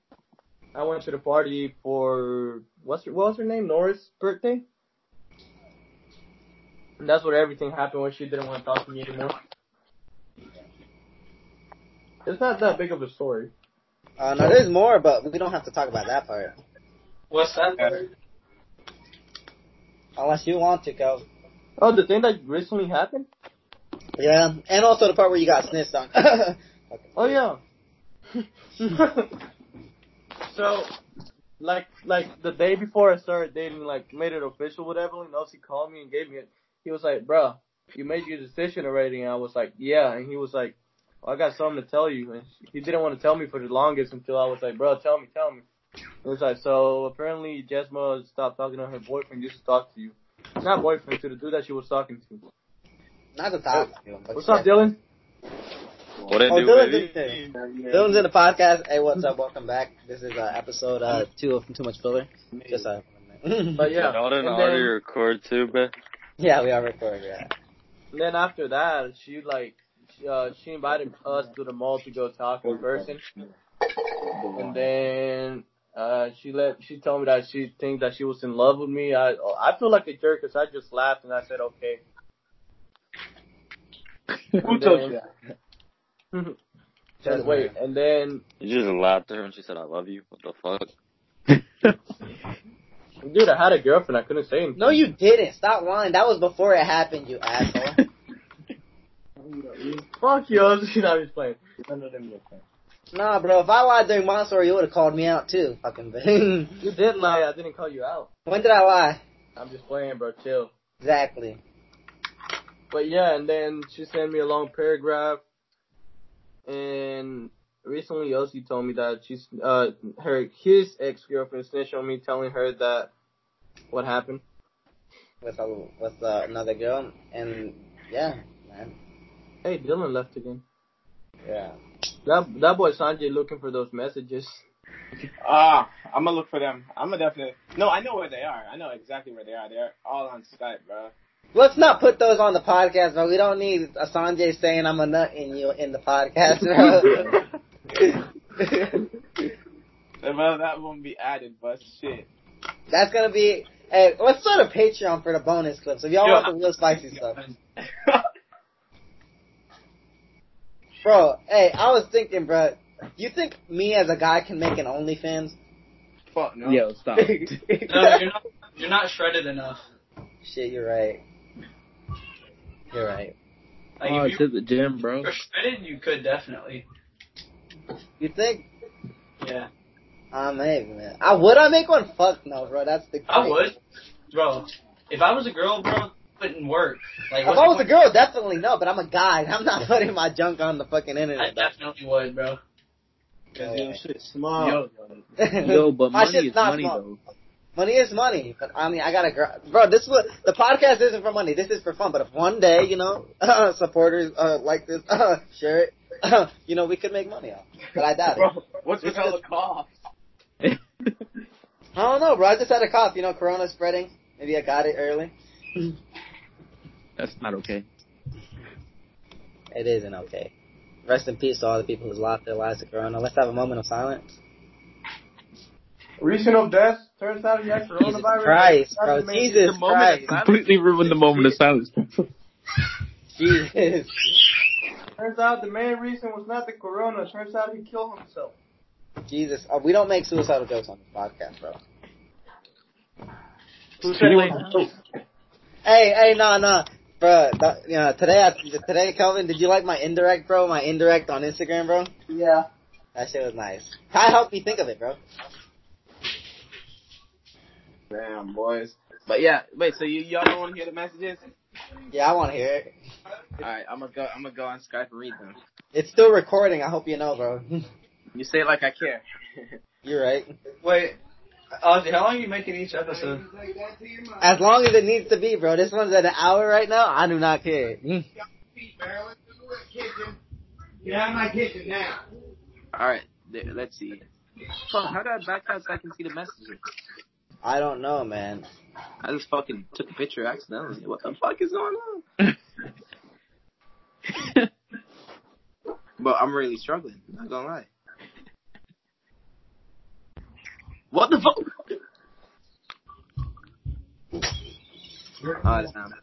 C: I went to the party for what's her, what was her name? Nora's birthday. And that's where everything happened when she didn't want to talk to me anymore. It's not that big of a story.
A: Uh, no, there's more, but we don't have to talk about that part.
E: What's that?
A: Unless you want to go.
C: Oh, the thing that recently happened?
A: Yeah, and also the part where you got snitched on. Okay.
C: Oh yeah. so, like, like the day before I started dating, like, made it official with Evelyn. Also, he called me and gave me it. He was like, "Bruh, you made your decision already." And I was like, "Yeah." And he was like, well, "I got something to tell you." And he didn't want to tell me for the longest until I was like, "Bro, tell me, tell me." It was like, so apparently Jesma stopped talking to her boyfriend just to talk to you. Not boyfriend, to the dude that she was talking to.
A: Not the top. you know, but
C: What's up,
A: yeah.
C: Dylan?
D: What it
A: Oh,
D: do,
A: Dylan
D: baby?
A: did it. Dylan's in the podcast. Hey, what's up? Welcome back. This is uh, episode uh, two of Too Much Filler. Just uh,
C: But yeah.
D: Y'all didn't
C: and
D: already
C: then-
D: record too, bro.
A: yeah, we are recording. Yeah.
C: And then after that, she like she, uh, she invited us to the mall to go talk in person, and then uh, she let she told me that she think that she was in love with me. I I feel like a jerk because I just laughed and I said okay.
E: Who told you
C: that? Just wait, and then
D: You just laughed at her and she said, "I love you." What the fuck?
C: dude, I had a girlfriend. I couldn't say anything.
A: No, you didn't. Stop lying. That was before it happened, you asshole.
C: Fuck you. I was just I was playing.
A: nah, bro. If I lied during my story, you would have called me out too. Fucking thing.
C: You did lie. I didn't call you out.
A: when did I lie?
C: I'm just playing, bro. Chill.
A: Exactly.
C: But yeah, and then she sent me a long paragraph, and recently Elsie told me that she's uh her his ex girlfriend snitched on me, telling her that what happened.
A: With a, with uh, another girl, and yeah, man.
C: Hey, Dylan left again.
A: Yeah.
C: That that boy Sanjay looking for those messages.
B: Ah, I'm gonna look for them. I'm gonna definitely. No, I know where they are. I know exactly where they are. They're all on Skype, bro.
A: Let's not put those on the podcast, bro. We don't need a Sanjay saying I'm a nut in you in the podcast, bro.
B: Well, that won't be added, but shit.
A: That's gonna be. Hey, let's start a Patreon for the bonus clips if y'all
B: Yo,
A: want the real spicy stuff, bro. Hey, I was thinking, bro. You think me as a guy can make an OnlyFans?
B: Fuck no.
D: Yo, stop.
E: No, you're not. You're not shredded enough.
A: Shit, you're right. You're right.
E: Like
D: oh,
E: if
D: to the gym,
E: you
D: bro.
E: were shredded, you could definitely.
A: You think?
E: Yeah,
A: I maybe, man. I would I make one? Fuck no, bro. That's the.
E: I would, bro. If I was a girl, bro, it wouldn't work. Like
A: If I
E: what's the
A: was a
E: point?
A: girl, definitely no. But I'm a guy. I'm not putting my junk on the fucking
E: I
A: internet. though.
E: definitely would, bro.
B: Cause yo, shit, small.
E: Yo,
D: Yo, but
A: My
D: money
A: shit's
D: is
A: not
D: money,
A: small.
D: though.
A: Money is money, but I mean, I got a girl, bro. This was the podcast isn't for money. This is for fun. But if one day, you know, supporters uh, like this shirt, you know, we could make money off. But I doubt it.
B: Bro, what's with all the coughs?
A: I don't know, bro. I just had a cough. You know, Corona spreading. Maybe I got it early.
D: That's not okay.
A: It isn't okay. Rest in peace to all the people who's lost their lives to Corona. Let's have a moment of silence.
C: Reason of death turns out he had
A: Jesus Christ, bro. Jesus
B: The moment
A: Christ.
B: of silence.
D: ruined the moment of silence.
A: Jesus.
C: Turns out the main reason was not the corona. Turns out he killed himself.
A: Jesus. Oh, we don't make suicidal jokes on this podcast, bro.
C: Who said like,
A: hey, hey, no, no, bro. That, you know, today, I, today, Kelvin, did you like my indirect, bro? My indirect on Instagram, bro.
E: Yeah.
A: That shit was nice. Ty helped me think of it, bro.
B: Damn, boys. But yeah, wait. So you y'all don't want to hear the messages?
A: Yeah, I want to hear it.
B: All right, I'm gonna go. I'm gonna go on Skype and read them.
A: It's still recording. I hope you know, bro.
B: You say it like I care.
A: You're right.
E: Wait, Ozzy, how long are you making each episode?
A: As long as it needs to be, bro. This one's at an hour right now. I do not care.
F: Get out of my kitchen now.
B: All right, there, let's see. Fuck, how did I back out so I can see the messages?
A: I don't know, man.
B: I just fucking took a picture accidentally. What the fuck is going on? But I'm really struggling. Not gonna lie. What the fuck? Oh damn.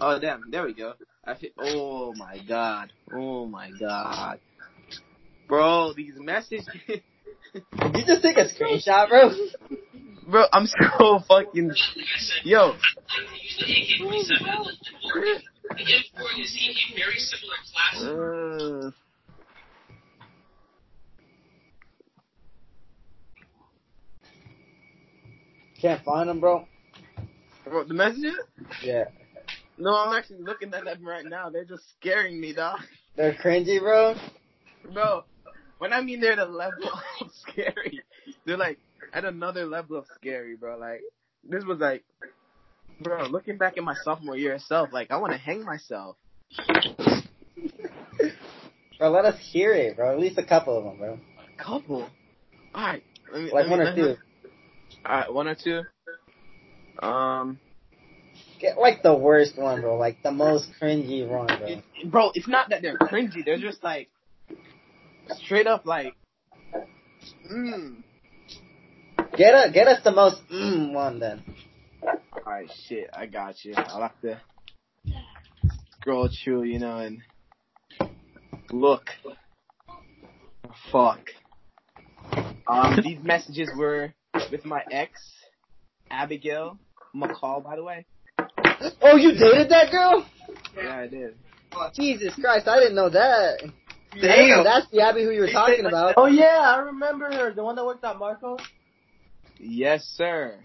B: Oh damn. There we go. I feel, oh my god. Oh my god. Bro, these messages.
A: Did you just take a screenshot, bro?
B: Bro, I'm so Oh, fucking. Yo, Uh.
A: Can't find them, bro.
B: Bro, Uh, the messages?
A: Yeah,
B: No, I'm actually looking at them right now. They're just scaring me, dog.
A: they're cringy, bro.
B: Bro, when I mean they're the level of scary, they're like at another level of scary, bro. Like this was like, bro, looking back at my sophomore year itself, like I want to hang myself.
A: Bro, let us hear it, bro. At least a couple of them, bro.
B: A couple. All right, let me,
A: Like
B: let
A: one
B: me,
A: or
B: let me-
A: two.
B: All right, one or two. Um,
A: Get like the worst one, bro. Like the most cringy one, bro.
B: it- bro, it's not that they're cringy. They're just like straight up like, mm.
A: Get a, get us the most mm one then.
B: All right, shit, I got you. I'll have to scroll through, you know, and look. Fuck. Um, these messages were with my ex, Abigail McCall, by the way.
A: Oh, you dated that girl?
B: Yeah, I did.
A: Jesus Christ, I didn't know that.
E: Damn.
A: That's the Abby who you were talking about.
C: Oh yeah, I remember her, the one that worked at Marco's.
B: Yes, sir.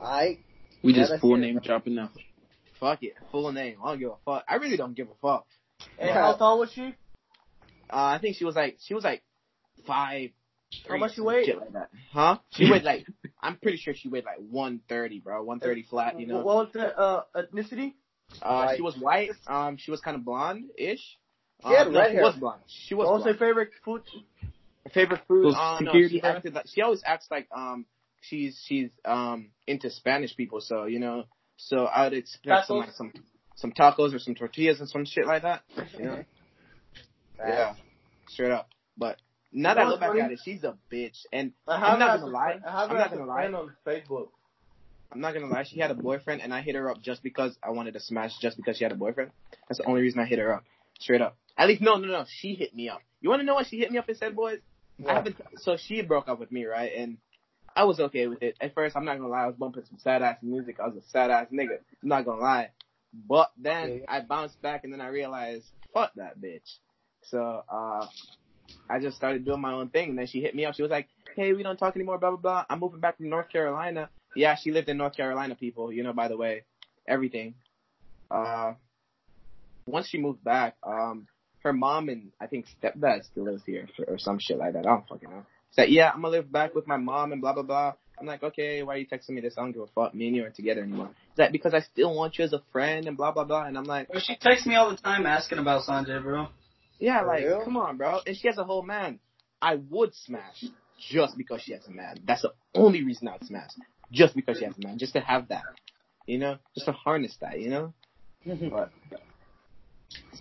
A: I
D: We
A: Yeah,
D: just
A: that's
D: full
A: it.
D: name dropping now.
B: Fuck it. Full name. I don't give a fuck. I really don't give a fuck.
C: And
A: Yeah.
C: how tall was she?
B: Uh, I think she was like, she was like five.
C: How much
B: three,
C: she
B: some
C: weigh?
B: Shit like that. Huh? She weighed like, I'm pretty sure she weighed like 130, bro. 130 flat, you know?
C: What was the uh, ethnicity?
B: Uh,
A: Right.
B: she was white. Um, she was kind of blonde ish.
A: She had
B: um,
A: red
B: she
A: hair.
B: was blonde. She was
C: What was her
B: blonde.
C: favorite food?
B: Her favorite food.
D: Those
B: Uh, no,
D: security
B: she
D: guards?
B: acted like she always acts like um she's she's um into Spanish people. So you know, so I would expect some
C: Tacos?
B: like some some tacos or some tortillas and some shit like that. You know, yeah, straight up. But now that I
C: know
B: look back
C: what's
B: at
C: funny?
B: it, she's a bitch, and
C: I
B: I'm not
C: her as a
B: gonna lie.
C: friend- I have
B: I'm
C: her
B: not
C: as a
B: gonna lie.
C: friend on Facebook.
B: I'm not gonna lie, she had a boyfriend, and I hit her up just because I wanted to smash, just because she had a boyfriend. That's the only reason I hit her up, straight up. At least, no, no, no, she hit me up. You want to know why she hit me up and said, "Boys, I haven't." So she broke up with me, right? And I was okay with it at first. I'm not gonna lie, I was bumping some sad ass music. I was a sad ass nigga. I'm not gonna lie, but then I bounced back, and then I realized, fuck that bitch. So uh, I just started doing my own thing, and then she hit me up. She was like, "Hey, we don't talk anymore." Blah blah blah. I'm moving back to North Carolina. Yeah, she lived in North Carolina, people. You know, by the way, everything. Uh, once she moved back, um, her mom and I think stepdad still lives here or, or some shit like that. I don't fucking know. Said, yeah, I'm gonna live back with my mom and blah blah blah. I'm like, okay, why are you texting me this? I don't give a fuck. Me and you aren't together anymore. She's like, because I still want you as a friend and blah blah blah. And I'm like,
E: Bro, she texts me all the time asking about Sanjay, bro.
B: yeah,
A: For
B: like,
A: real?
B: come on, bro. And she has a whole man. I would smash just because she has a man. That's the only reason I'd smash. Just because she has a man. Just to have that. You know? Just to harness that, you know? But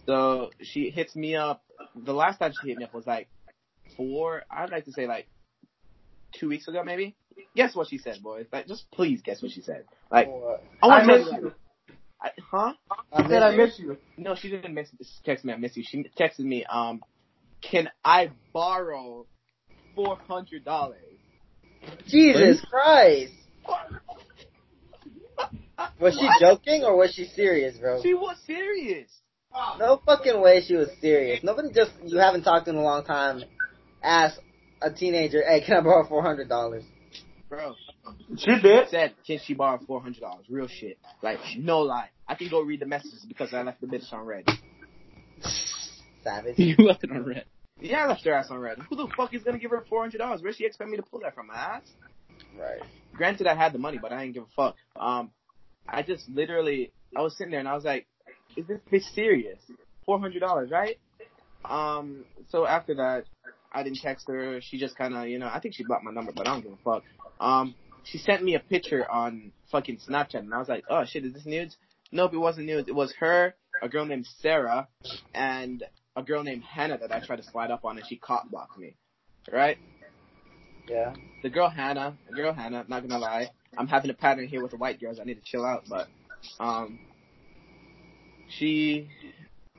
B: so she hits me up. The last time she hit me up was like four, I'd like to say like two weeks ago maybe. Guess what she said, boys. Like just please guess what she said. Like I
C: I
B: want to
C: miss
B: tell you,
C: you.
B: like, I- huh?
C: I said I
A: you.
C: miss you.
B: No, she didn't miss, text me. I miss you. She texted me. Um, can I borrow four hundred dollars?
A: Jesus Christ.
B: I
A: Was she
B: What?
A: joking or was she serious, bro?
B: She was serious.
A: No fucking way she was serious. Nobody just you haven't talked in a long time ask a teenager, hey, can I borrow four hundred dollars?
B: Bro,
C: She did.
B: said, can she borrow four hundred dollars? Real shit. Like, no lie. I can go read the messages because I left the bitch on red.
A: Savage.
D: you left it on red.
B: Yeah, I left her ass on red. Who the fuck is gonna give her four hundred dollars? Where she expect me to pull that from my ass?
A: Right.
B: Granted, I had the money, but I didn't give a fuck. Um, I just literally, I was sitting there and I was like, is this bitch serious? Four hundred dollars, right? Um, so after that, I didn't text her. She just kind of, you know, I think she blocked my number, but I don't give a fuck. Um, she sent me a picture on fucking Snapchat, and I was like, oh shit, is this nudes? Nope, it wasn't nudes. It was her, a girl named Sarah, and a girl named Hannah that I tried to slide up on, and she caught blocked me, right?
A: Yeah.
B: the girl Hannah, the girl Hannah, not gonna lie. I'm having a pattern here with the white girls. I need to chill out, but um she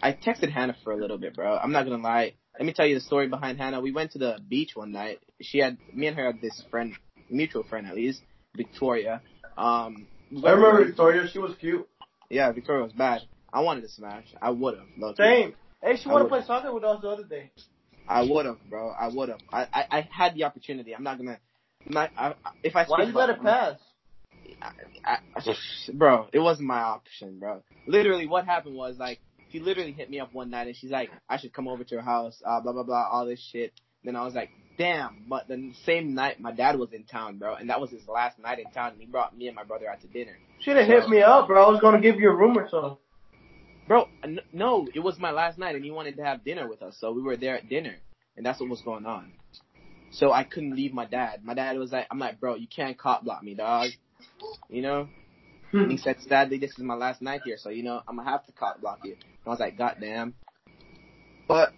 B: I texted Hannah for a little bit, bro. I'm not gonna lie. Let me tell you the story behind Hannah. We went to the beach one night. She had me and her had this friend, mutual friend at least, Victoria. Um
C: I remember Victoria. She was cute.
B: Yeah, Victoria was bad. I wanted to smash. I would have.
C: Same. Hey, she
B: I
C: wanted to
B: would-
C: play soccer with us the other day.
B: I would have, bro. I would have. I, I I had the opportunity. I'm not gonna. I'm Not, I, I- if I
C: Why
B: speak
C: you let
B: about-
C: it pass?
B: I, I, bro, it wasn't my option, bro. Literally, what happened was like she literally hit me up one night and she's like, "I should come over to her house," uh, blah blah blah, all this shit. Then I was like, "Damn!" But the same night, my dad was in town, bro, and that was his last night in town, and he brought me and my brother out to dinner.
C: She'd have hit me up, bro. I was gonna give you a room or something.
B: Bro, n- no, it was my last night, and he wanted to have dinner with us, so we were there at dinner, and that's what was going on. So I couldn't leave my dad. My dad was like, "I'm like, bro, you can't cop block me, dog," you know. And
C: Hmm.
B: he said, sadly, this is my last night here, so you know, I'm gonna have to cock block you. And I was like, God damn. But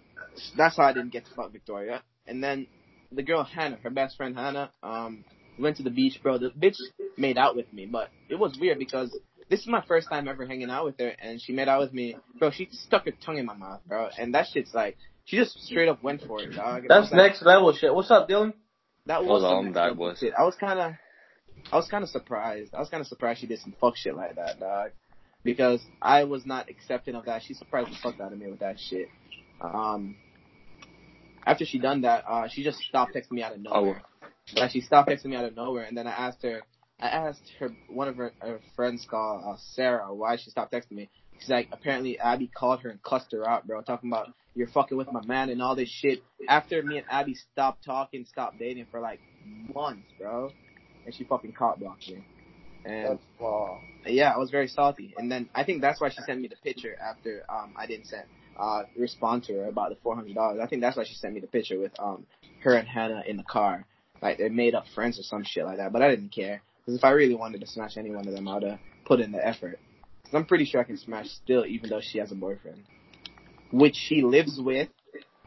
B: that's how I didn't get to fuck Victoria. And then the girl Hannah, her best friend Hannah, um, went to the beach, bro. The bitch made out with me, but it was weird because this is my first time ever hanging out with her, and she made out with me, bro. She stuck her tongue in my mouth, bro, and that shit's like, she just straight up went for it, dog. And I was
C: That's
B: like,
C: next level shit. What's up, Dylan?
B: that was
G: Hold on,
B: some
G: that
B: extra
G: was-
B: shit. I was kind of, I was kind of surprised. I was kind of surprised she did some fuck shit like that, dog. Because I was not accepting of that. She surprised the fuck out of me with that shit. Um, after she done that, uh, she just stopped texting me out of
G: Oh.
B: nowhere. Like she stopped texting me out of nowhere, and then I asked her, I asked her one of her, her friends called uh, Sarah why she stopped texting me. She's like, apparently Abby called her and cussed her out, bro, talking about you're fucking with my man and all this shit. After me and Abby stopped talking, stopped dating for like months, bro, and she fucking caught blocked me. And
A: That's small.
B: yeah, I was very salty. And then I think that's why she sent me the picture after um I didn't send uh respond to her about the four hundred dollars. I think that's why she sent me the picture with um her and Hannah in the car, like they made up friends or some shit like that. But I didn't care because if I really wanted to smash any one of them, I'd have put in the effort. Cause I'm pretty sure I can smash still, even though she has a boyfriend, which she lives with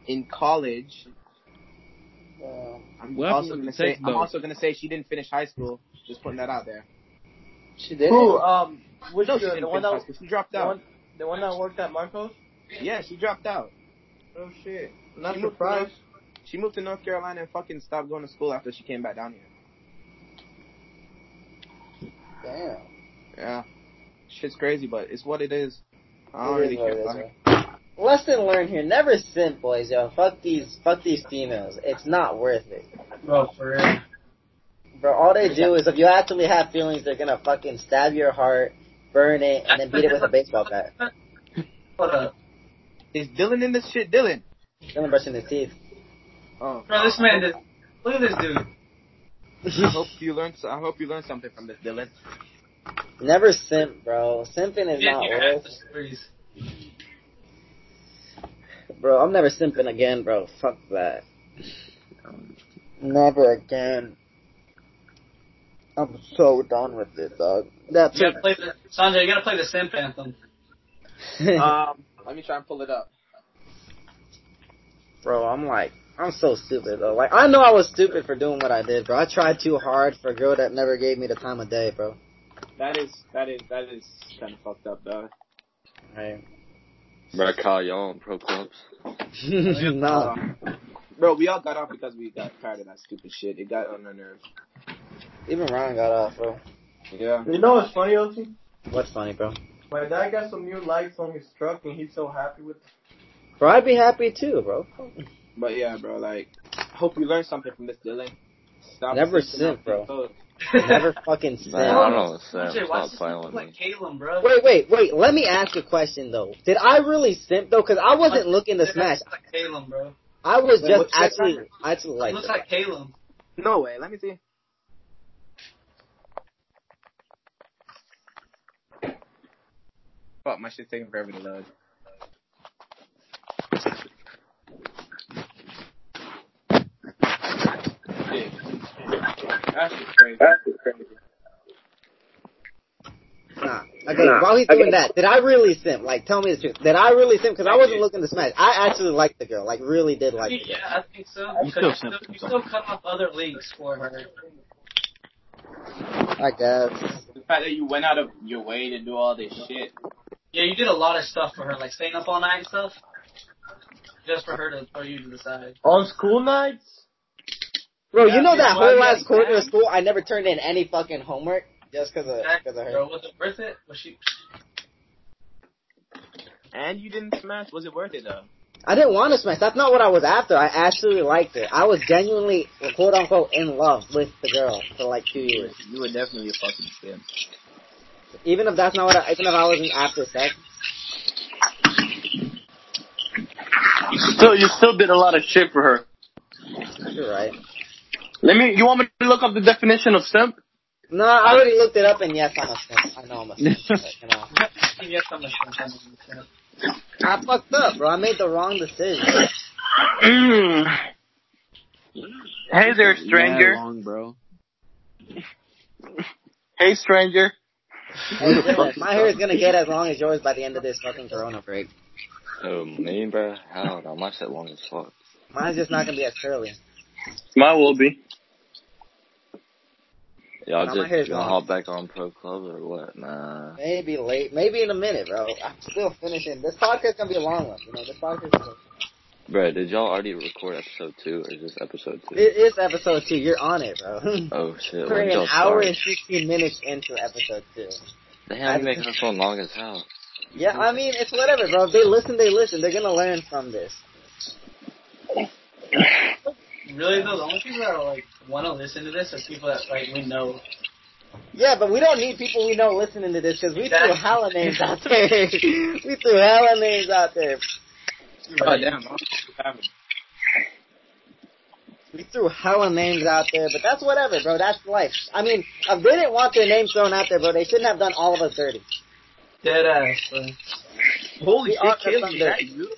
B: in college.
A: Um,
B: I'm
D: What happened
B: also
D: with
B: gonna
D: the
B: say
D: text,
B: I'm
D: though?
B: also gonna say she didn't finish high school. Just putting that out there.
A: she did.
C: Who? Um, which
B: No, she
C: girl?
B: didn't
C: The one
B: finish
C: that
B: high school. She dropped
C: the
B: out.
C: one, the one that worked at Marcos?
B: Yeah, she dropped out.
C: Oh shit. Not
B: She moved to
C: surprised.
B: She moved to North Carolina and fucking stopped going to school after she came back down here.
A: Damn.
B: Yeah. Shit's crazy, but it's what it is. I don't
A: It
B: really
A: is what
B: care
A: it
B: about
A: is,
B: her.
A: bro. Lesson learned here: never simp, boys. Yo, fuck these, fuck these females. It's not worth it,
E: Bro, for real.
A: bro. All they do is if you actually have feelings, they're gonna fucking stab your heart, burn it, and then beat it with a baseball bat.
E: What up?
B: Is Dylan in this shit? Dylan.
A: Gonna brush in his teeth.
B: Oh.
E: Bro, this man did. Look at this dude.
B: I hope you learned. I hope you learned something from this, Dylan.
A: Never simp, bro. Simping is
E: Yeah,
A: not
E: you
A: worth
E: have the stories.
A: Bro, I'm never simping again, bro. Fuck that. Never again. I'm so done with this, dog. That's
E: You gotta play the Sanjay. You gotta play the simp anthem.
A: it.
G: uh,
B: Um, let me try and pull it up.
A: bro, I'm like, I'm so stupid, though. Like, I know I was stupid for doing what I did, bro. I tried too hard for a girl that never gave me the time of day, bro.
B: That is. That is. That is kind of fucked up, though.
A: Right.
G: Bro, I call y'all on pro clubs.
A: no.
G: Uh,
B: Bro, we all got off because we got tired of that stupid shit. It got on our nerves.
A: Even Ryan got off, bro.
B: Yeah.
C: You know what's funny, Elsie?
A: What's funny, bro?
C: My dad got some new lights on his truck, and he's so happy with.
A: Bro, I'd be happy too, bro.
B: But yeah, bro, like, hope you learned something from this, Dylan. Stop
A: Never
B: sleeping
A: simp,
B: on
A: bro.
B: people.
A: Never fucking sin.
G: Man, I don't
E: Jay,
G: understand.
E: why
G: Stop
E: does this
G: playing
E: look
G: with
E: like
G: me.
E: Caleb, bro?
A: Wait, wait, wait. Let me ask a question though. Did I really simp though? Cause I wasn't looking to
E: It
A: smash.
E: looks like Caleb, bro.
A: I was
B: Wait,
A: just
B: what's that?
A: actually, actually
E: It
A: like,
E: looks like Caleb.
B: No way. Let me see. Fuck, my shit's taking forever to load. Shit. That's just crazy.
A: nah. Okay, while he's doing that, did I really simp? Like, tell me the truth. Did I really simp? Cause I wasn't looking to smash. I actually liked the girl. Like, really did like the girl.
E: yeah, I think so.
D: You
E: You
D: still
E: still,
D: simp
E: you
D: sometimes.
E: still cut off other leagues for her.
A: I guess.
B: The fact that you went out of your way to do all this shit.
E: Yeah, you did a lot of stuff for her, like staying up all night and stuff. Just for her to for you to decide.
C: On school nights,
A: Bro, you
E: Yeah,
A: know
E: dude,
A: that
E: why
A: whole
E: you
A: last
E: like
A: quarter of
E: that?
A: school, I never turned in any fucking homework just cause of,
E: That
A: cause of her.
E: girl was it worth it? Was she?
B: And you didn't smash. Was it worth it though?
A: I didn't want to smash. That's not what I was after. I actually liked it. I was genuinely, quote unquote, in love with the girl for like two years.
B: You were definitely a fucking scam.
A: Even if that's not what I, even if I wasn't after sex.
D: Still, you still did a lot of shit for her.
A: You're right.
D: Let me. You want me to look up the definition of simp?
A: No, I already looked it up and yes, I'm a simp. I know I'm a simp. but, you know.
E: Yes, I'm a simp.
A: I fucked up, bro. I made the wrong decision. Mm.
D: Hey there, stranger.
H: long, bro.
D: Hey, stranger.
A: Hey, Dylan, my hair is gonna get as long as yours by the end of this fucking corona break.
G: Oh, me, bro? Hell no. My shit long as fuck.
A: Mine's just not gonna be as curly.
D: Mine will be.
G: Y'all
A: Nah, my hair's
G: just gonna
A: long.
G: hop back on Pro Club or what? Nah.
A: Maybe late, maybe in a minute, bro. I'm still finishing. This podcast gonna be a long one. You know, this podcast is
G: Bro, did y'all already record episode two or just episode two?
A: It is episode two. You're on it, bro.
G: oh shit,
A: We're
G: when
A: an
G: did y'all
A: hour
G: start?
A: and 16 minutes into episode two.
G: Damn, you making this one long as hell.
A: Yeah, I mean, it's whatever, bro. If they listen, they listen. They're gonna learn from this.
E: Really though, the only people that are like want to listen to this is people that like we know.
A: Yeah, but we don't need people we know listening to this because we threw
E: Exactly.
A: hella names out there. we threw hella names out there.
B: Oh damn. I'm-
A: We threw hella names out there, but that's whatever, bro. That's life. I mean, if they didn't want their names thrown out there, bro, they shouldn't have done all of us dirty.
E: Dead ass. Bro.
B: Holy
A: We
B: shit,
A: are
B: Caleb,
A: from
B: is
A: there.
B: that you?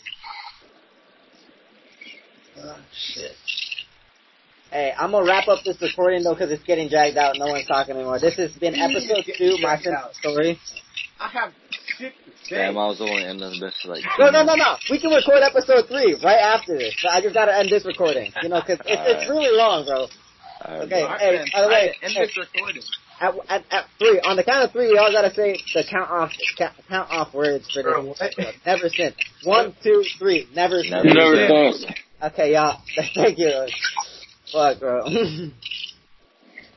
E: Oh, shit.
A: Hey, I'm gonna wrap up this recording though because it's getting dragged out. No one's talking anymore. This has been episode two, my simple story.
C: I have shit to say.
G: Damn, I was only in this bitch for like two
A: No, no, no,
G: minutes.
A: no. We can record episode three right after this. But I just gotta end this recording, you know, because it's, it's really long, bro.
G: Alright,
A: Okay,
B: Alright,
A: hey,
B: then.
A: by the way,
B: Alright, end
A: hey,
B: this recording.
A: at, at, at three, on the count of three, we all gotta say the count off ca- count off words for
C: Bro,
A: this.
C: what?
A: Never since. One, two, three. Never
G: Never
A: since.
G: Never
D: thought.
A: Okay, y'all. Thank you. Fuck, bro.